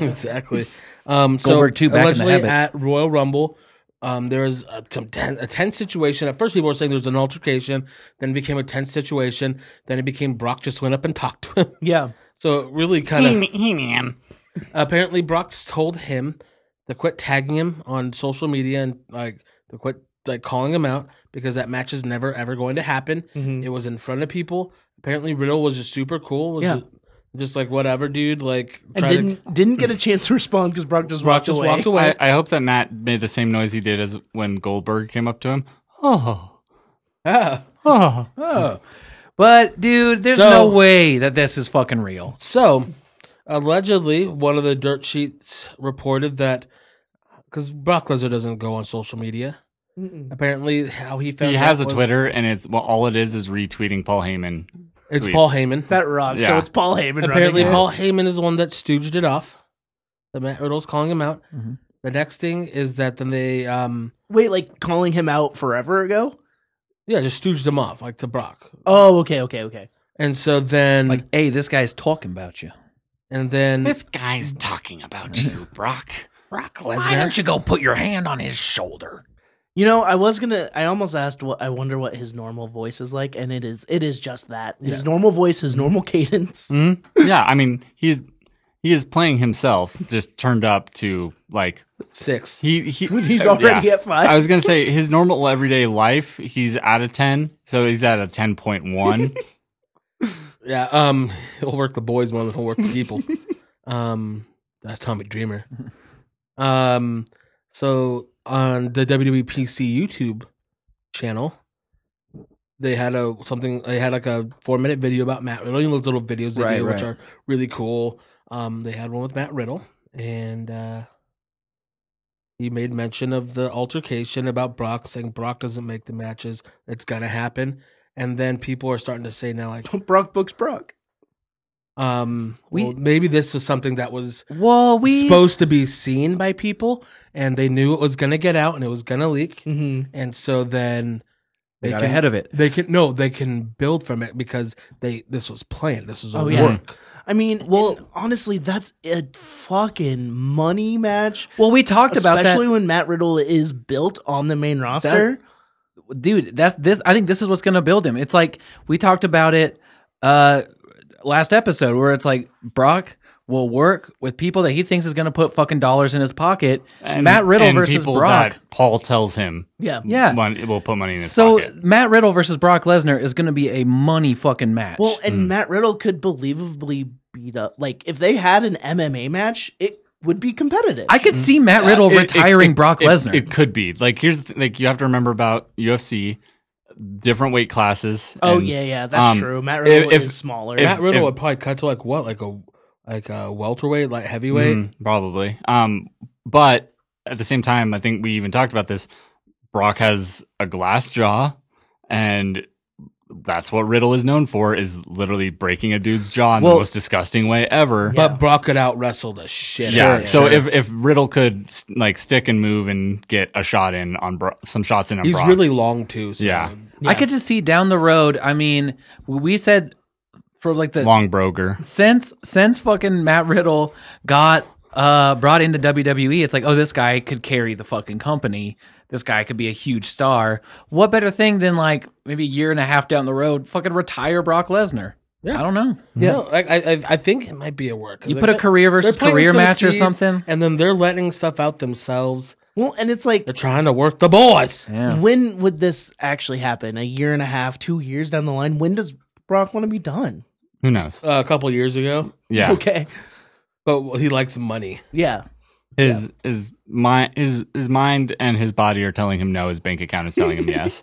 exactly. Um, so
Goldberg too, back in the
allegedly at
habit.
Royal Rumble, um, there was a, some ten, a tense situation. At first, people were saying there was an altercation, then it became a tense situation, then it became Brock just went up and talked to him.
Yeah,
So it really kind
Hmm.
of apparently Brock's told him to quit tagging him on social media and like to quit like calling him out because that match is never ever going to happen.
Mm-hmm.
It was in front of people. Apparently Riddle was just super cool. Was
Yeah.
just, just like whatever, dude. Like
and didn't didn't get a chance to respond because Brock just
Brock
walked
just
away.
walked away.
I, I hope that Matt made the same noise he did as when Goldberg came up to him. Oh,
Ah.
oh.
Oh. But dude, there's
So-
no way that this is fucking real.
So, allegedly, one of the dirt sheets reported that because Brock Lesnar doesn't go on social media.
Mm-mm.
Apparently, how he found
He
out
has a
was-
Twitter, and it's well, all it is is retweeting Paul Heyman.
It's
tweets.
Paul Heyman.
That rocks. So
Yeah.
it's Paul Heyman.
Apparently,
running it.
Paul Heyman is the one that stooged it off. The Matt Riddle's calling him out. The next thing is that then they, um,
Wait, like calling him out forever ago?
yeah, just stooged him off like to Brock.
Oh, okay, okay, okay.
And so then,
Like, hey, this guy's talking about you.
and then
This guy's talking about you, Brock.
Brock Lesnar. Why don't you go put your hand on his shoulder?
You know, I was gonna. I almost asked what I wonder what his normal voice is like, and it is. It is just that his normal voice, his normal cadence.
hmm Yeah, I mean he he is playing himself, just turned up to like
six.
he, he
He's already at five.
I was gonna say his normal everyday life, he's out of ten, so he's at a ten point one.
Yeah, um, he'll work the boys more than he'll work the people. um, that's Tommy Dreamer. Um, so on the WWE PC YouTube channel, they had a something. They had like a four minute video about Matt Riddle. You know those little videos they
Right,
do, which
right.
are really cool. Um, they had one with Matt Riddle, and uh, he made mention of the altercation about Brock, saying Brock doesn't make the matches. It's gonna happen. And then people are starting to say now, like,
Brock books Brock.
um,
We-
well, maybe this was something that was
Well, we
supposed to be seen by people, and they knew it was gonna get out and it was gonna leak,
Mm-hmm.
and so then
they got
can,
ahead of it.
They can no, they can build from it because they this was planned. This was a
Oh, yeah.
work.
I mean,
Well-
and honestly, that's a fucking money match.
Well, we talked about that.
Especially when Matt Riddle is built on the main roster.
dude that's this i think this is what's gonna build him it's like we talked about it uh last episode where it's like brock will work with people that he thinks is gonna put fucking dollars in his pocket
And-
matt riddle
and
versus
people
brock
that Paul tells him,
yeah.
yeah
mon- it will put money in his
so
pocket.
matt riddle versus brock lesnar is gonna be a money fucking match
Well, and Matt Riddle could believably beat up. Like, if they had an MMA match, it would be competitive.
i could see matt riddle
Uh, It- it-
retiring
it-
brock
it-
lesnar
It, could be like here's the th- like you have to remember about UFC, different weight classes.
oh,
and-
yeah, yeah. That's
um,
true. Matt Riddle
if-
is smaller.
if-
Matt Riddle
if-
would probably cut to like what, like a like a welterweight, like heavyweight.
Mm, probably. Um, but at the same time, I think we even talked about this. Brock has a glass jaw, and that's what Riddle is known for is literally breaking a dude's jaw in
Well-
the most disgusting way ever.
But Brock could out wrestle the shit.
yeah.
out of him.
so if if Riddle could s- like stick and move and get a shot in on Bro- some shots in on
he's
Brock,
really long too. So
Yeah.
i could just see down the road i mean we said for like the
long broker.
since since fucking Matt Riddle got uh brought into WWE, it's like, oh, this guy could carry the fucking company. This guy could be a huge star. What better thing than like maybe a year and a half down the road, fucking retire Brock Lesnar?
Yeah.
I don't know.
Yeah, like I, I, I think it might be a work.
You put a career versus career match or something.
and then they're letting stuff out themselves.
well, and it's like,
They're trying to work the uh, boys.
Yeah.
when would this actually happen? A year and a half, two years down the line? When does Brock want to be done?
Who knows?
Uh, a couple years ago,
Yeah.
Okay.
but he likes money.
Yeah.
His his mind his his mind and his body are telling him no. His bank account is telling him yes.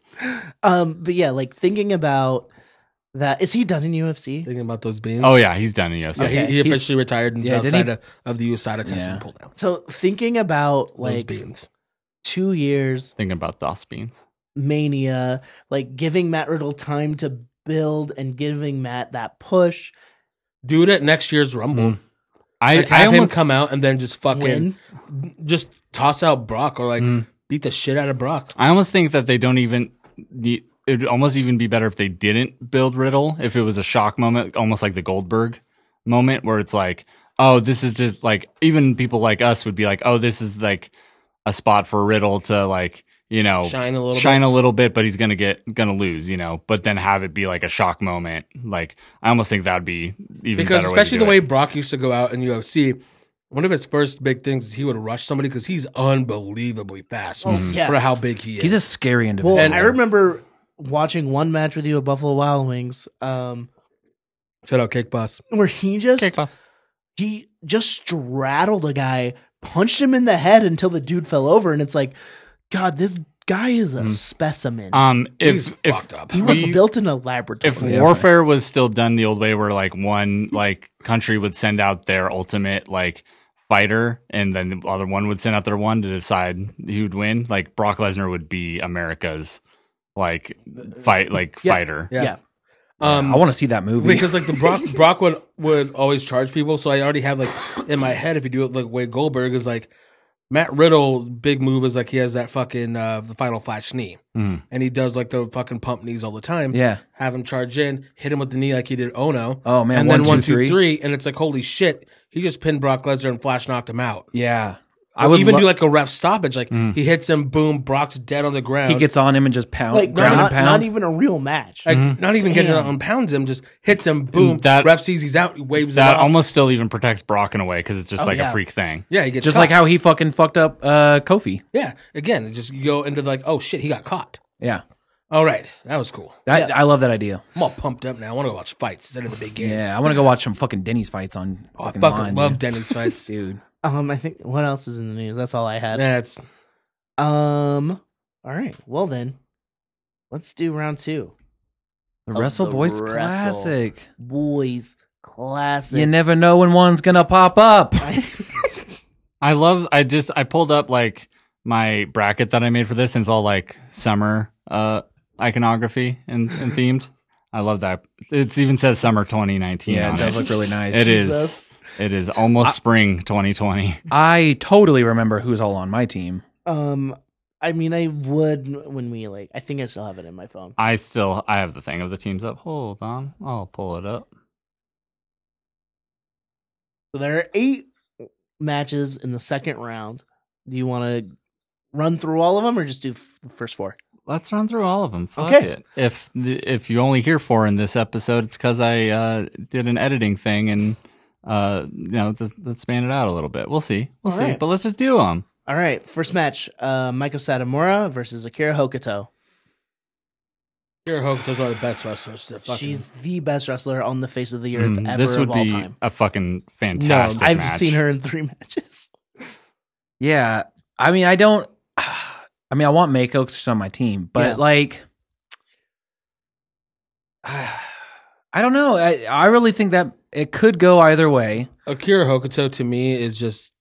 Um, but yeah, like thinking about that. Is he done in UFC?
Thinking about those beans.
Oh yeah, he's done it. Yes.
Yeah, he-
Okay.
he, officially retired and is
Yeah, didn't
outside
he-
of, of the USADA testing
Yeah.
pool now.
So thinking about
Those
like
beans.
two years
Thinking about DOS beans.
mania, like giving Matt Riddle time to build and giving Matt that push.
Do it at next year's Rumble.
Mm. I
Like,
I
have him
almost
come out and then just fucking
Win.
just toss out Brock or like
Mm.
beat the shit out of Brock.
I almost think that they don't even. It would almost even be better if they didn't build Riddle. If it was a shock moment, almost like the Goldberg moment, where it's like, oh, this is just like even people like us would be like, oh, this is like a spot for Riddle to like you know
Shine a little.
Oh, shine a little bit, but he's gonna get gonna lose, you know. But then have it be like a shock moment. Like I almost think that'd be
bit.
even
because
better
especially
way to do
the way
it.
Brock used to go out in UFC. One of his first big things is he would rush somebody because he's unbelievably fast
Mm.
yeah.
for how big he is.
He's a scary
Well,
individual.
And-
I remember watching one match with you at Buffalo Wild Wings, um,
Shout out Cake Boss.
where he just he just straddled a guy, punched him in the head until the dude fell over, and it's like, God, this guy is a
Hmm.
Mm.
specimen.
Um,
He's
if if
fucked up.
he was
we-
built in a laboratory.
if warfare was still done the old way where like one like country would send out their ultimate like fighter and then the other one would send out their one to decide who would win like brock lesnar would be america's like fight like
Yeah.
fighter
yeah.
Um,
I want to see that movie.
because like the Brock Brock would would always charge people, so I already have like in my head if you do it like way Goldberg is like Matt Riddle big move is like he has that fucking uh the final flash knee.
Mm.
And he does like the fucking pump knees all the time.
Hmm. yeah.
Have him charge in, hit him with the knee like he did Ono.
Oh man.
and
one,
then
two,
one, two, three,
three.
and it's like holy shit, he just pinned Brock Lesnar and flash knocked him out.
Yeah. I would
even
lo- Hmm.
do like a ref stoppage, like he hits him, boom, Brock's dead on the ground.
He gets on him and just pound,
like
ground
not,
and pound.
not even a real match.
like,
Mm-hmm.
not even getting
Damn.
on pounds him, just hits him, boom.
that-
ref sees he's out, he waves
that
him off.
almost still even protects brock in a way because it's just
Oh,
like
yeah.
a freak thing
yeah, he gets
just
caught.
like how he fucking fucked up uh, Kofi.
Yeah. Again, it just you go into like, oh shit, he got caught.
Yeah.
All right, that was cool.
That, I love that idea.
I'm all pumped up now. I want to go watch fights instead of the big game.
Yeah, I want to go watch some fucking Denny's fights on
Oh, I
fucking
fucking
line,
love
dude.
Denny's fights.
dude.
Um, I think what else is in the news? That's all I had.
That's
Um, all right. Well then, let's do round two.
The
Of
Wrestle
the
Boys
Wrestle.
Classic.
Boys classic.
You never know when one's gonna pop up.
I love. I just I pulled up like my bracket that I made for this, and it's all like summer uh iconography and, and themed. I love that. It even says summer 2019.
Yeah,
on
it does look really nice.
It is.
Jesus.
It is almost spring 2020.
I totally remember who's all on my team.
um, I mean, I would when we like. I think I still have it in my phone.
I still I have the thing of the teams up. Hold on, I'll pull it up.
So there are eight matches in the second round. Do you want to run through all of them or just do f- the first four?
Let's run through all of them. Fuck
Okay.
it. If the, if you only hear four in this episode, it's because I uh, did an editing thing and uh, you know th- let's span it out a little bit. We'll see. We'll
All
see.
right.
But let's just do them.
All right, first match: uh, Michael Satomura versus Akira Hokuto.
Kira Hokuto's one of the best wrestlers. to fucking-
She's the best wrestler on the face of the earth
Mm,
ever
this would
of all
be
time.
a fucking fantastic.
I've
match.
seen her in three matches.
Yeah, I mean, I don't. I mean, I want Mako 'cause she's on my team, but
Yeah.
like, I don't know. I, I really think that it could go either way.
Akira Hokuto to me is just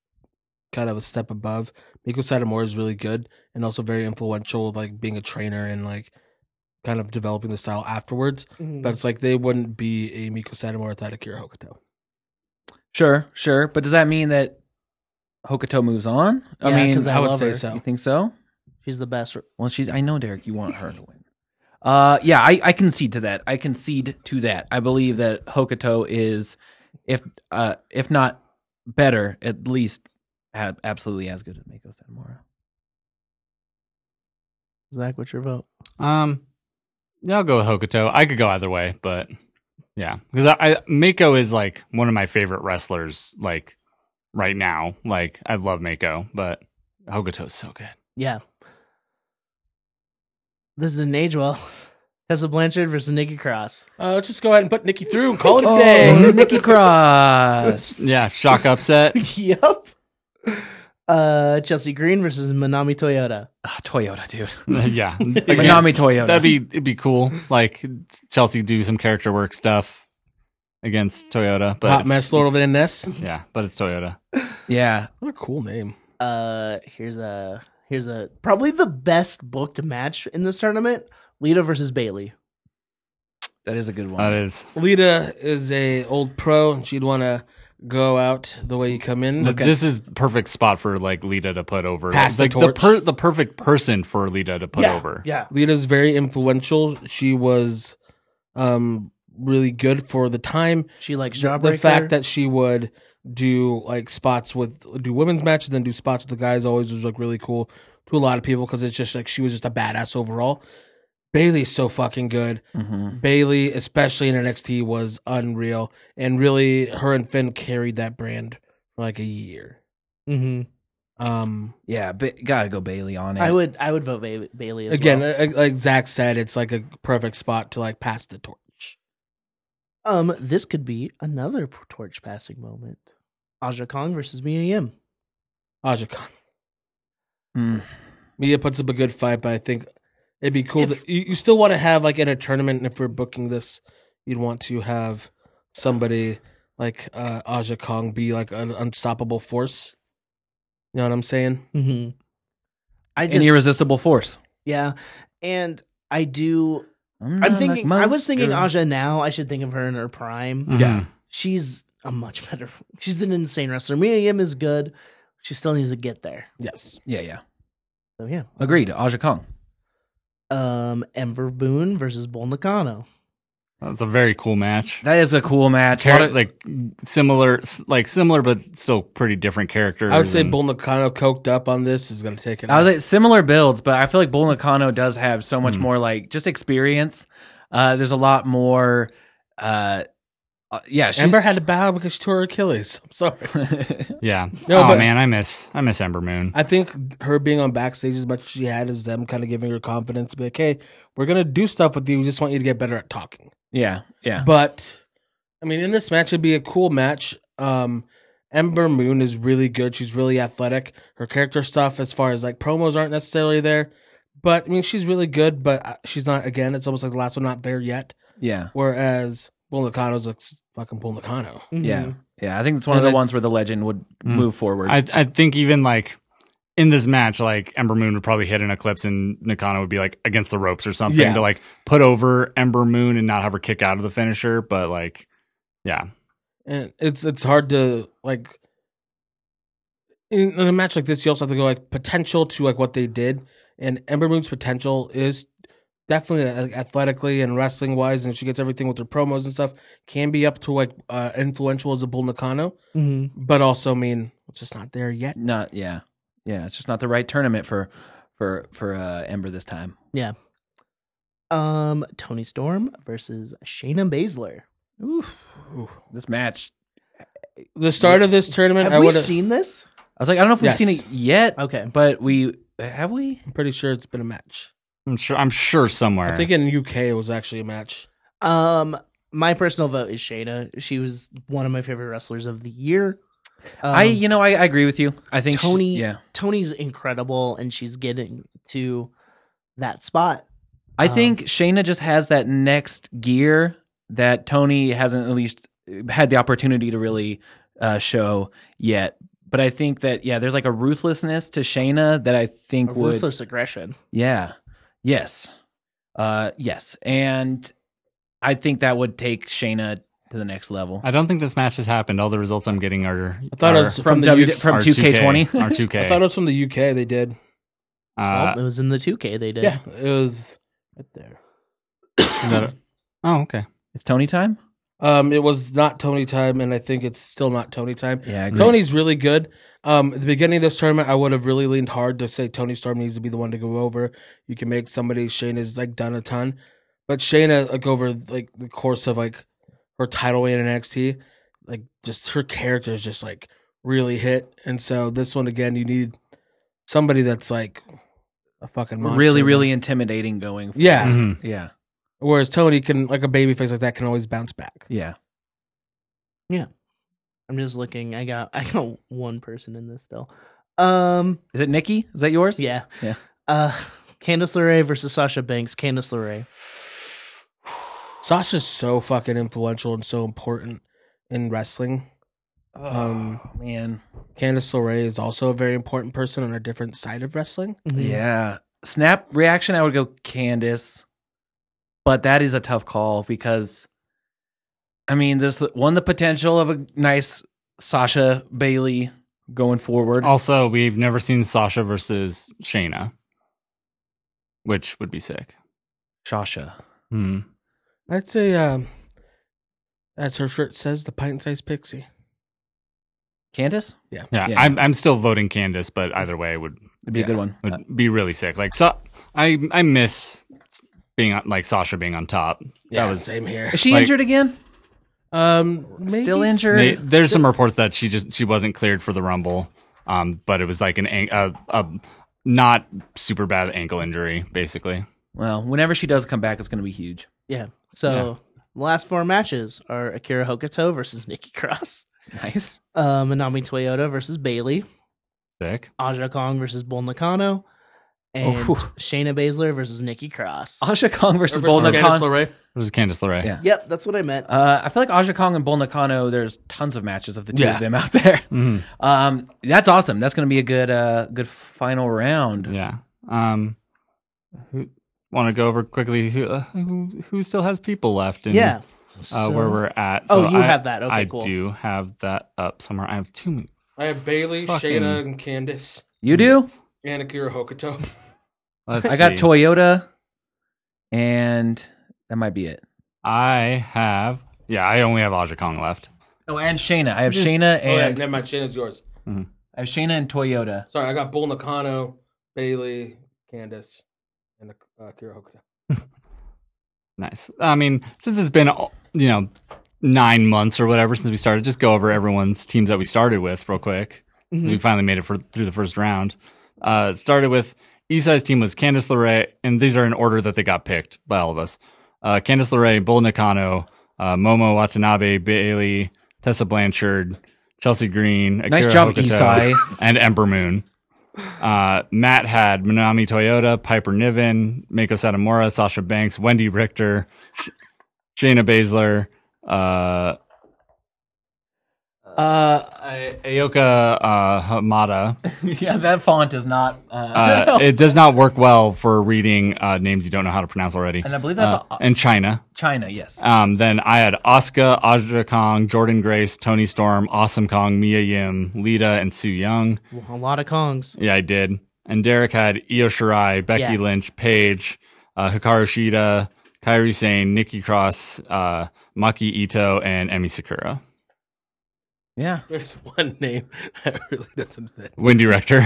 kind of a step above. Miko Satomura is really good and also very influential, like being a trainer and like kind of developing the style afterwards.
Mm-hmm.
But it's like they wouldn't be a Miko Satomura without Akira Hokuto.
Sure, sure. But does that mean that Hokuto moves on? I
Yeah,
mean,
'cause I
I, would
love
say
her.
you
so.
think so?
She's the best.
Well, she's. I know, Derek. You want her to win. Uh, yeah, I, I concede to that. I concede to that. I believe that Hokuto is, if uh, if not better, at least ha- absolutely as good as Mako Satomura.
Zach, what's your vote?
Um, yeah, I'll go with Hokuto. I could go either way, but yeah, because I, I Mako is like one of my favorite wrestlers, like right now. Like I love Mako, but Hokuto's so good.
Yeah. This is an age well. Tessa Blanchard versus Nikki Cross.
Uh, let's just go ahead and put Nikki through and call it a day.
Oh, Nikki Cross.
Yeah, shock upset.
yep. Uh, Chelsea Green versus Manami Toyota.
Ah, Toyota, dude.
yeah, Again,
Manami Toyota.
that'd be it'd be cool. Like Chelsea do some character work stuff against Toyota, but
Hot
it's-
mess Lord Van Ness.
Yeah, but it's Toyota.
yeah.
What a cool name.
Uh, here's a here's a probably the best booked match in this tournament. Lita versus Bailey.
That is a good one.
Uh,
That is
Lita is a old pro, and she'd want to go out the way you come in.
this is perfect spot for like Lita to put over.
Pass the
like
torch.
per, the perfect person for Lita to put over.
Yeah.
Lita's very influential. She was um, really good for the time.
She likes
The-
jawbreaker.
The fact that she would do like spots with do women's matches, then do spots with the guys always was like really cool to a lot of people because it's just like she was just a badass overall. Bailey's so fucking good.
Mm-hmm.
Mhm.
Bailey, especially in NXT, was unreal, and really her and Finn carried that brand for like a year.
hmm
Um,
Yeah, ba- gotta go Bailey on it.
I would I would vote ba- Bailey as
again,
well.
like- like Zach said, it's like a perfect spot to like pass the torch.
Um, this could be another p- torch passing moment. Aja Kong versus Mia Yim.
Aja Kong.
Mm.
Mia puts up a good fight, but I think it'd be cool.
If-
to, you, you still want to have like in a tournament, and if we're booking this, you'd want to have somebody like uh, Aja Kong be like an unstoppable force. You know what I'm saying?
Mm-hmm. I
An
just
irresistible force.
yeah, and I do.
I'm,
I'm
not
thinking.
like
I was thinking
most
Aja. Now I should think of her in her prime.
Mm-hmm.
Yeah.
She's a much better. She's an insane wrestler. Mia Yim is good. She still needs to get there.
Yes.
girl. Yeah, yeah.
So yeah.
Agreed. Aja Kong.
Um, Ember Boone versus Bull Nakano.
That's a very cool match.
That is a cool match.
Char-
Lot of-
like similar, like similar, but still pretty different characters.
I would say
and-
Bull Nakano coked up on this is going to take it.
I was
out.
like similar builds, but I feel like Bull Nakano does have so much more like just experience. Uh, there's a lot more. Uh, uh, yeah, she,
Amber had to bow because she tore her Achilles. I'm sorry.
Yeah.
No,
oh
but-
man, I miss I miss Ember Moon.
I think her being on backstage as much as she had is them kind of giving her confidence, be like, hey, we're going to do stuff with you. We just want you to get better at talking.
yeah, yeah.
But I mean, in this match, it'd be a cool match. Um, Ember Moon is really good. She's really athletic. Her character stuff, as far as like promos, aren't necessarily there. But I mean, she's really good. But uh, she's not. Again, it's almost like the last one, not there yet.
yeah,
Whereas Bull Nakano's a fucking Bull Nakano.
Mm-hmm. Hmm.
yeah, yeah. I think it's one of
And
the
I-
ones where the legend would move forward.
I I think even like in this match, like Ember Moon would probably hit an eclipse, and Nakano would be like against the ropes or something
Yeah.
to like put over Ember Moon and not have her kick out of the finisher. But like, yeah,
and it's it's hard to like in, in a match like this you also have to go like potential to like what they did and ember moon's potential is definitely like, athletically and wrestling wise and she gets everything with her promos and stuff can be up to like uh influential as a bull nakano
Mm-hmm.
but also I mean it's just not there yet
not yeah, yeah. It's just not the right tournament for for for uh, Ember this time.
Um, Tony Storm versus Shayna Baszler.
Oof. This match,
the start of this tournament
Have
i
we
would
seen this?
I was like, I don't know if we've
Yes.
seen it yet,
Okay.
but we have we.
i'm pretty sure it's been a match
I'm sure I'm sure somewhere.
i think in uk it was actually a match
Um, my personal vote is Shayna. She was one of my favorite wrestlers of the year. Um,
I you know I, I agree with you. I think she-
Tony.
yeah,
Tony's incredible, and she's getting to that spot.
I
Um,
think Shayna just has that next gear that Tony hasn't at least had the opportunity to really uh, show yet. But I think that yeah, there's like a ruthlessness to Shayna that I think
A
would
ruthless aggression.
yeah, yes, uh, yes, and I think that would take Shayna to the next level.
I don't think this match has happened. All the results I'm getting are
i thought
are,
it was from,
from
the
W
UK.
from
are
two K twenty.
are two
i thought it
K.
was from the uk they did
Uh,
well, it was in the 2K they did.
yeah it was right there
Oh okay.
It's Tony time.
Um, it was not Tony time, and I think it's still not Tony time.
Yeah, I agree.
Tony's really good. Um, at the beginning of this tournament, I would have really leaned hard to say Tony Storm needs to be the one to go over. You can make somebody Shayna's like done a ton, but Shayna like over like the course of like her title reign in NXT, like just her character is just like really hit, and so this one again, you need somebody that's like a fucking monster.
really really Mm-hmm. intimidating going. For
yeah.
Mhm.
yeah,
Whereas Tony can like a baby face like that can always bounce back.
yeah.
I'm just looking. I got I got one person in this still. Um,
Is it Nikki? Is that yours?
yeah.
Yeah.
Uh, Candice LeRae versus Sasha Banks. Candice LeRae.
Sasha's so fucking influential and so important in wrestling. Um,
Oh, man.
Candice LeRae is also a very important person on a different side of wrestling.
Mm-hmm.
Yeah. Snap reaction, I would go Candace. But that is a tough call because I mean, there's one the potential of a nice Sasha Bailey going forward.
Also, we've never seen Sasha versus Shayna, which would be sick.
Sasha.
Hmm.
I'd say um, that's her shirt says the pint sized pixie.
Candace?
Yeah,
Yeah.
I'm I'm still voting Candace, but either way would
It'd be a good one.
would
Uh,
be really sick. Like so, I I miss being on, like Sasha being on top.
Yeah,
that was
same here.
Is she
Like-
injured again?
Um,
Still
maybe-
injured?
They- there's some reports that she just she wasn't cleared for the rumble, um, but it was like an an- a, a not super bad ankle injury basically.
Well, whenever she does come back, it's going to be huge.
Yeah. So the last four matches are Akira Hokuto versus Nikki Cross,
Nice.
uh, Manami Toyota versus Bailey,
Sick.
Aja Kong versus Bull Nakano, and
Oh.
Shayna Baszler versus Nikki Cross.
Asha Kong versus Bull
versus Candice
Nakano.
LeRae.
Versus Candice LeRae.
Yeah.
Yep, that's what I meant.
Uh, I feel like Aja Kong and Bull Nakano, there's tons of matches of the two
Yeah.
of them out there.
Mhm.
Um, that's awesome. That's going to be a good, uh, good final round.
Yeah. Um, who want to go over quickly who, uh, who who still has people left? In,
yeah.
Uh,
So-
where we're at.
Oh, you
I-
have that. Okay,
I
cool.
do have that up somewhere. I have too many.
I have Bailey,
Fucking-
Shayna, and Candice,
You do?
and Akira Hokuto.
Let's
I got
see.
Toyota, and that might be it.
I have. Yeah, I only have Aja Kong left.
Oh, and Shayna. I have Shayna
Oh, yeah,
and
never mind. Shayna's yours.
I have Shayna and Toyota.
Sorry, I got Bull Nakano, Bailey, Candice, and uh, Akira Hokuto.
Nice. I mean, since it's been you know nine months or whatever since we started, just go over everyone's teams that we started with real quick. Since we finally made it for through the first round. Uh, it started with Isai's team was Candice LeRae, and these are in order that they got picked by all of us. Uh, Candice LeRae, Bull Nakano, uh, Momo Watanabe, Bailey, Tessa Blanchard, Chelsea Green, Akira
Nice job,
Hokuto,
Isai.
and Ember Moon. Uh, Matt had Minami Toyota, Piper Niven, Mako Satomura, Sasha Banks, Wendy Richter, Sh- Shayna Baszler, uh,
Uh,
A- Aoka uh, Hamada.
yeah, that font is not. Uh,
Uh, it does not work well for reading uh, names you don't know how to pronounce already.
And I believe that's
uh,
a-
and China.
China, yes.
Um, then I had Asuka, Aja Kong, Jordan Grace, Tony Storm, Awesome Kong, Mia Yim, Lita, and Sue Young.
A lot of Kongs.
Yeah, I did. And Derek had Io Shirai, Becky
Yeah.
Lynch, Paige, uh, Hikaru Shida, Kairi Sane, Nikki Cross, uh, Maki Ito, and Emi Sakura.
yeah,
There's one name that really doesn't fit.
Wendy Rector.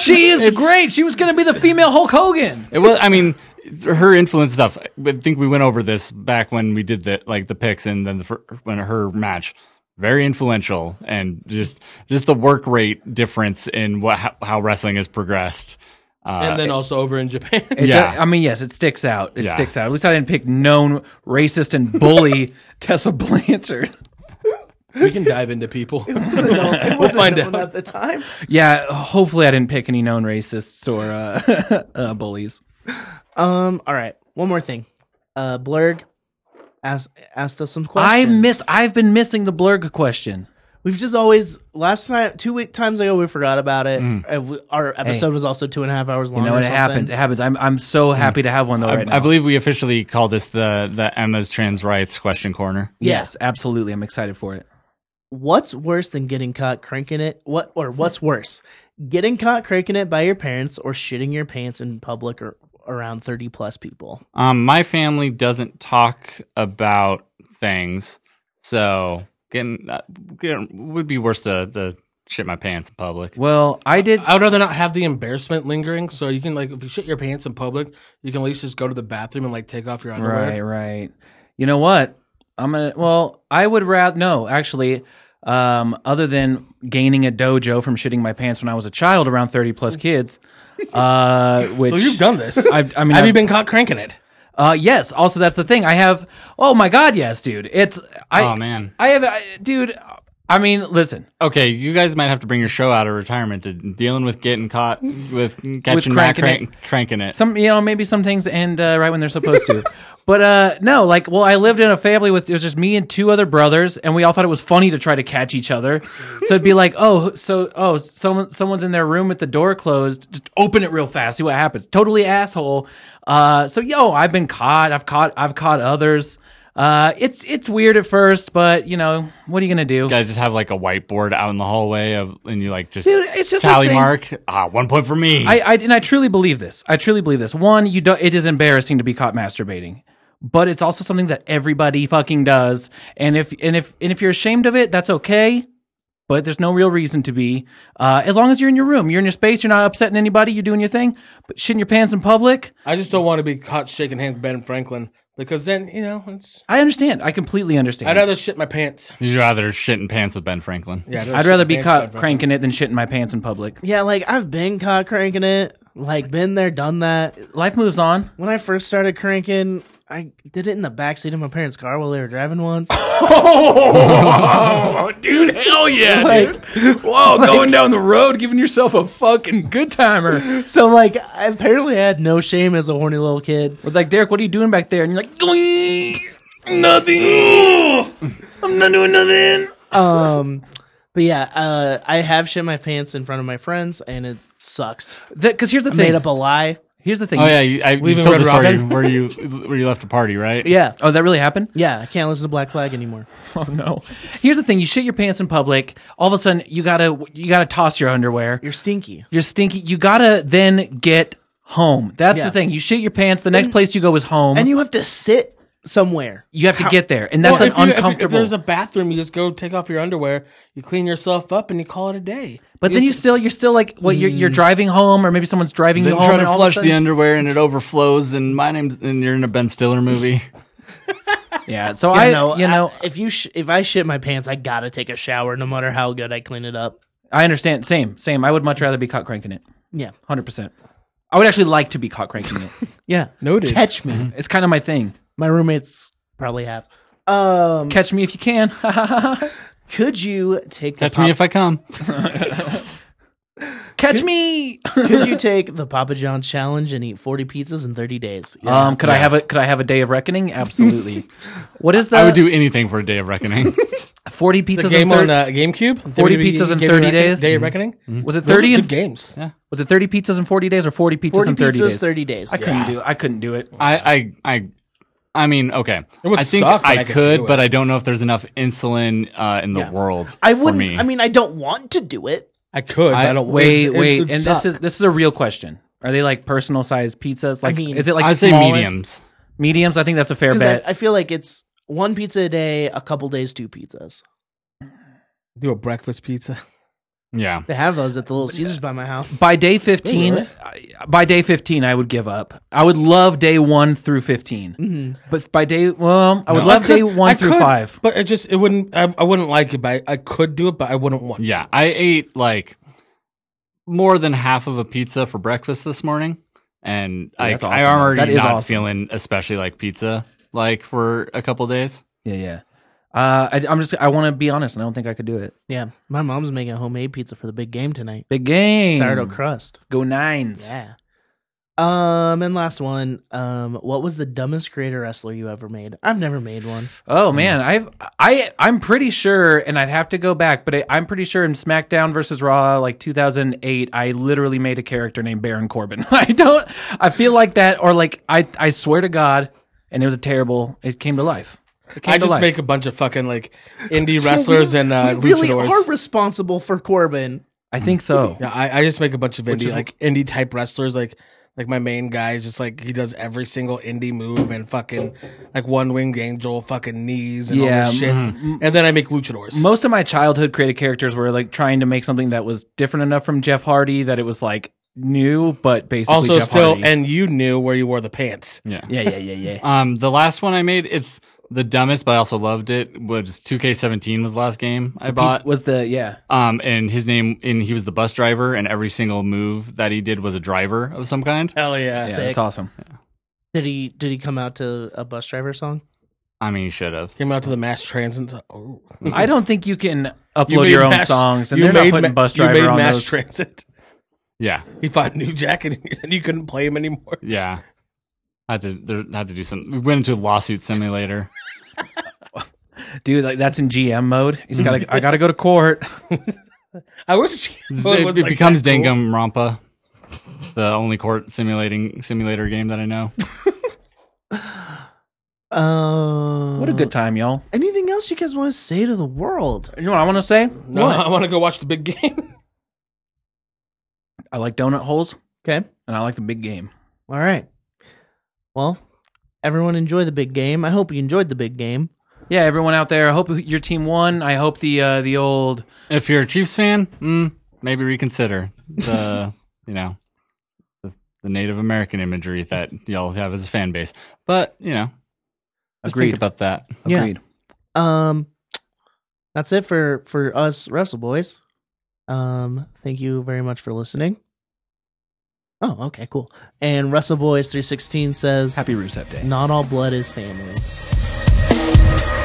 she is great. She was going to be the female Hulk Hogan.
It was. I mean, her influence stuff. I think we went over this back when we did the like the picks, and then the fir- when her match, very influential, and just just the work rate difference in what how, how wrestling has progressed. Uh,
and then also over in Japan.
It
Yeah.
does- I mean, yes, it sticks out. It
Yeah.
sticks out. At least I didn't pick known racist and bully Tessa Blanchard.
we can dive into people.
It
we'll find out.
at the time.
Yeah, hopefully I didn't pick any known racists or uh, uh, bullies.
Um. All right. One more thing. Uh, Blurg asked asked us some
I
questions.
miss. I've been missing the blurg question.
We've just always last time two week times ago we forgot about it. Uh, w- Our episode was also two and a half hours long.
Mm. You know,
or
it
something.
happens. It happens. I'm I'm so Hmm. happy to have one though
I,
right now.
I believe we officially call this the the Emma's trans rights question corner.
Yes, absolutely. I'm excited for it.
What's worse than getting caught cranking it? What or what's worse, getting caught cranking it by your parents or shitting your pants in public or around thirty plus people?
Um, my family doesn't talk about things, so getting, uh, getting would be worse to the shit my pants in public.
Well, I did.
I would rather not have the embarrassment lingering. So you can like, if you shit your pants in public, you can at least just go to the bathroom and like take off your
Right,
underwear.
right. You know what? I'm gonna. Well, I would rather no. Actually, um, other than gaining a dojo from shitting my pants when I was a child around 30 plus kids, uh, which
Well, you've done this.
I've, I mean,
have
I've,
you been caught cranking it?
Uh, yes. Also, that's the thing. I have. Oh my god, yes, dude. It's. I,
Oh, man.
I have, I, dude. I mean, listen,
Okay, you guys might have to bring your show out of retirement to dealing with getting caught with catching that
cranking it.
crank, cranking it.
some you know maybe some things end uh, right when they're supposed to but uh no like well i lived in a family with it was just me and two other brothers and we all thought it was funny to try to catch each other so it'd be like oh so oh someone someone's in their room with the door closed just open it real fast see what happens totally asshole uh so yo i've been caught i've caught i've caught others uh it's it's weird at first but you know what are you gonna do
you guys just have like a whiteboard out in the hallway of, and you like just,
Dude, it's just a
tally
thing.
mark. Ah, one point for me.
I, I and I truly believe this. I truly believe this. One, you don't. It is embarrassing to be caught masturbating, but it's also something that everybody fucking does. And if and if and if you're ashamed of it, that's okay. But there's no real reason to be. Uh, as long as you're in your room, you're in your space, you're not upsetting anybody, you're doing your thing. But shitting your pants in public,
I just don't want to be caught shaking hands with Ben Franklin because then you know it's.
I understand. I completely understand.
I'd rather shit my pants.
You'd rather shit in pants with Ben Franklin.
Yeah,
I'd rather be caught
cranking.
cranking it than shitting my pants in public.
Yeah, like I've been caught cranking it. Like been there, done that.
Life moves on.
When I first started cranking, I did it in the backseat of my parents' car while they were driving once.
Oh, dude, hell yeah,
Like-
dude. Whoa, going down the road, giving yourself a fucking good timer.
so like I apparently had no shame as a horny little kid.
We're like, Derek, what are you doing back there? And you're like, "Doing nothing. I'm not doing nothing.
Um but yeah, uh I have shit my pants in front of my friends and it sucks.
Because here's the
Made
thing.
up a lie.
here's the thing.
Oh yeah, you, I, you
Leaving
told
Red
the story
Robin.
where you where you left a party, right?
Yeah.
Oh, that really happened?
Yeah, I can't listen to Black Flag anymore.
Oh no. Here's the thing. You shit your pants in public. All of a sudden, you gotta you gotta toss your underwear.
You're stinky.
You're stinky. You gotta then get home. That's
Yeah.
the thing. You shit your pants. The next place you go is home.
And
you,
you have to sit somewhere.
have to get there, and that's
Well,
an
if you- if- If,
uncomfortable.
there's a bathroom, you just go take off your underwear, you clean yourself up, and you call it a day.
but then you still you're still like what you're you're driving home, or maybe someone's driving
Then
you home.
try to
and all of a
flush the
sudden-
underwear and it overflows. And my name's and you're in a Ben Stiller movie.
Yeah. So
I
I
know.
you know
I- if you sh- if I shit my pants, I gotta take a shower, no matter how good I clean it up.
I understand. Same, same. I would much rather be caught cranking it.
Yeah,
Hundred percent. I would actually like to be caught cranking it.
yeah.
noted.
Catch me.
It's kind of my thing.
My roommates probably have. Um,
Catch me if you can.
could you take the
Catch me
Pop-
if I come.
Catch me.
could you take the Papa John challenge and eat forty pizzas in thirty days? Yeah.
Um, could I have a could I have a day of reckoning? Absolutely. what is the
I would do anything for a day of reckoning.
forty
the
pizzas
game
in
on
thirty?
uh, GameCube.
40
WWE
pizzas in
Game
30
Reckoning-
days?
Day of Reckoning.
was it
Those are
thirty?
good
And,
games.
was it thirty pizzas in forty days or forty pizzas
forty
in thirty
pizzas,
days?
thirty days.
I couldn't do. I couldn't do it.
I, I, I, I mean, okay.
would
I think
suck, but
I,
I could
could,
do it.
but I don't know if there's enough insulin uh, in the
Yeah.
world.
I
for
wouldn't.
me.
I mean, I don't want to do it.
I could. but I,
I-
don't
Wait,
it- it
wait.
would
And
suck.
this is this is a real question. Are they like personal size pizzas? Like,
mean,
is it like
I'd say
smaller-
mediums.
Mediums. I think that's a fair
Because I,
bet.
I feel like it's one pizza a day, a couple days, two pizzas.
do a breakfast pizza.
Yeah.
They have those at the Little Caesars by my house.
by day 15
really?
I- by day 15 i would give up i would love day 1 through 15
Mm-hmm.
but by day well i would love day 1
I
through
could,
5
but it just it wouldn't. I, I wouldn't like it. But I, I could do it, but I wouldn't want.
Yeah, I ate like more than half of a pizza for breakfast this morning, and I,
that's awesome.
I am already
That is
not
awesome.
feeling especially like pizza like for a couple days.
yeah yeah uh, I, i'm just i want to be honest and i don't think i could do it
Yeah, my mom's making homemade pizza for the big game tonight.
big game
Sourdough crust.
go nines
Yeah. Um, and last one. Um, what was the dumbest creator wrestler you ever made? I've never made one.
oh man i've i i'm pretty sure and i'd have to go back but I, i'm pretty sure in smackdown versus raw like 2008 i literally made a character named baron corbin i don't i feel like that or like i i swear to god and it was a terrible it came to life It came
I
to
just
life.
make a bunch of fucking like indie wrestlers and uh,
we really
luchadors.
are responsible for Corbin.
I think so.
Yeah, I, I just make a bunch of indie like indie type wrestlers. Like like my main guy is just like he does every single indie move and fucking like one winged angel, fucking knees and
Yeah, mm-hmm.
all this shit. And then I make luchadors.
Most of my childhood created characters were like trying to make something that was different enough from Jeff Hardy that it was like new, but basically
also,
Jeff
still,
Hardy.
and you knew where you wore the pants.
Yeah.
yeah, yeah, yeah, yeah.
Um, the last one I made, it's the dumbest, but I also loved it. Was 2K17 was the last game I bought.
was the yeah.
Um, and his name, and he was the bus driver, and every single move that he did was a driver of some kind.
Hell yeah!
Yeah,
Sick.
that's awesome.
Did he did he come out to a bus driver song?
I mean, he should have.
Came out to the mass transit. Oh.
I don't think you can upload
made
your own
mass-
songs, and
you
they're not
made
putting
ma-
bus
you
driver
made
on
mass
those.
transit.
Yeah,
He fought New Jack and, and you couldn't play him anymore.
yeah. Had to there, had to do some. We went into lawsuit simulator.
Dude, like that's in GM mode. He's got. to I got to go to court.
I wish
It,
was, like,
it becomes
that cool.
Dangum Rampa, the only court simulating simulator game that I know.
Um,
What a good time, y'all.
Anything else you guys want to say to the world?
You know what I want to say?
No, I want to go watch the big game.
I like donut holes,
Okay.
and I like the big game.
All right. Well, everyone enjoy the big game. I hope you enjoyed the big game.
Yeah, everyone out there. I hope your team won. I hope the uh, the old
If you're a Chiefs fan, mm, maybe reconsider the you know the, the Native American imagery that y'all have as a fan base. But you know, just
Agreed.
think about that.
Yeah.
agreed.
Um, that's it for for us Wrestle Boys. Um, thank you very much for listening. Oh, okay, cool. And Wrestle Boys three sixteen says,
Happy Rusev Day.
"Not all blood is family."
Thank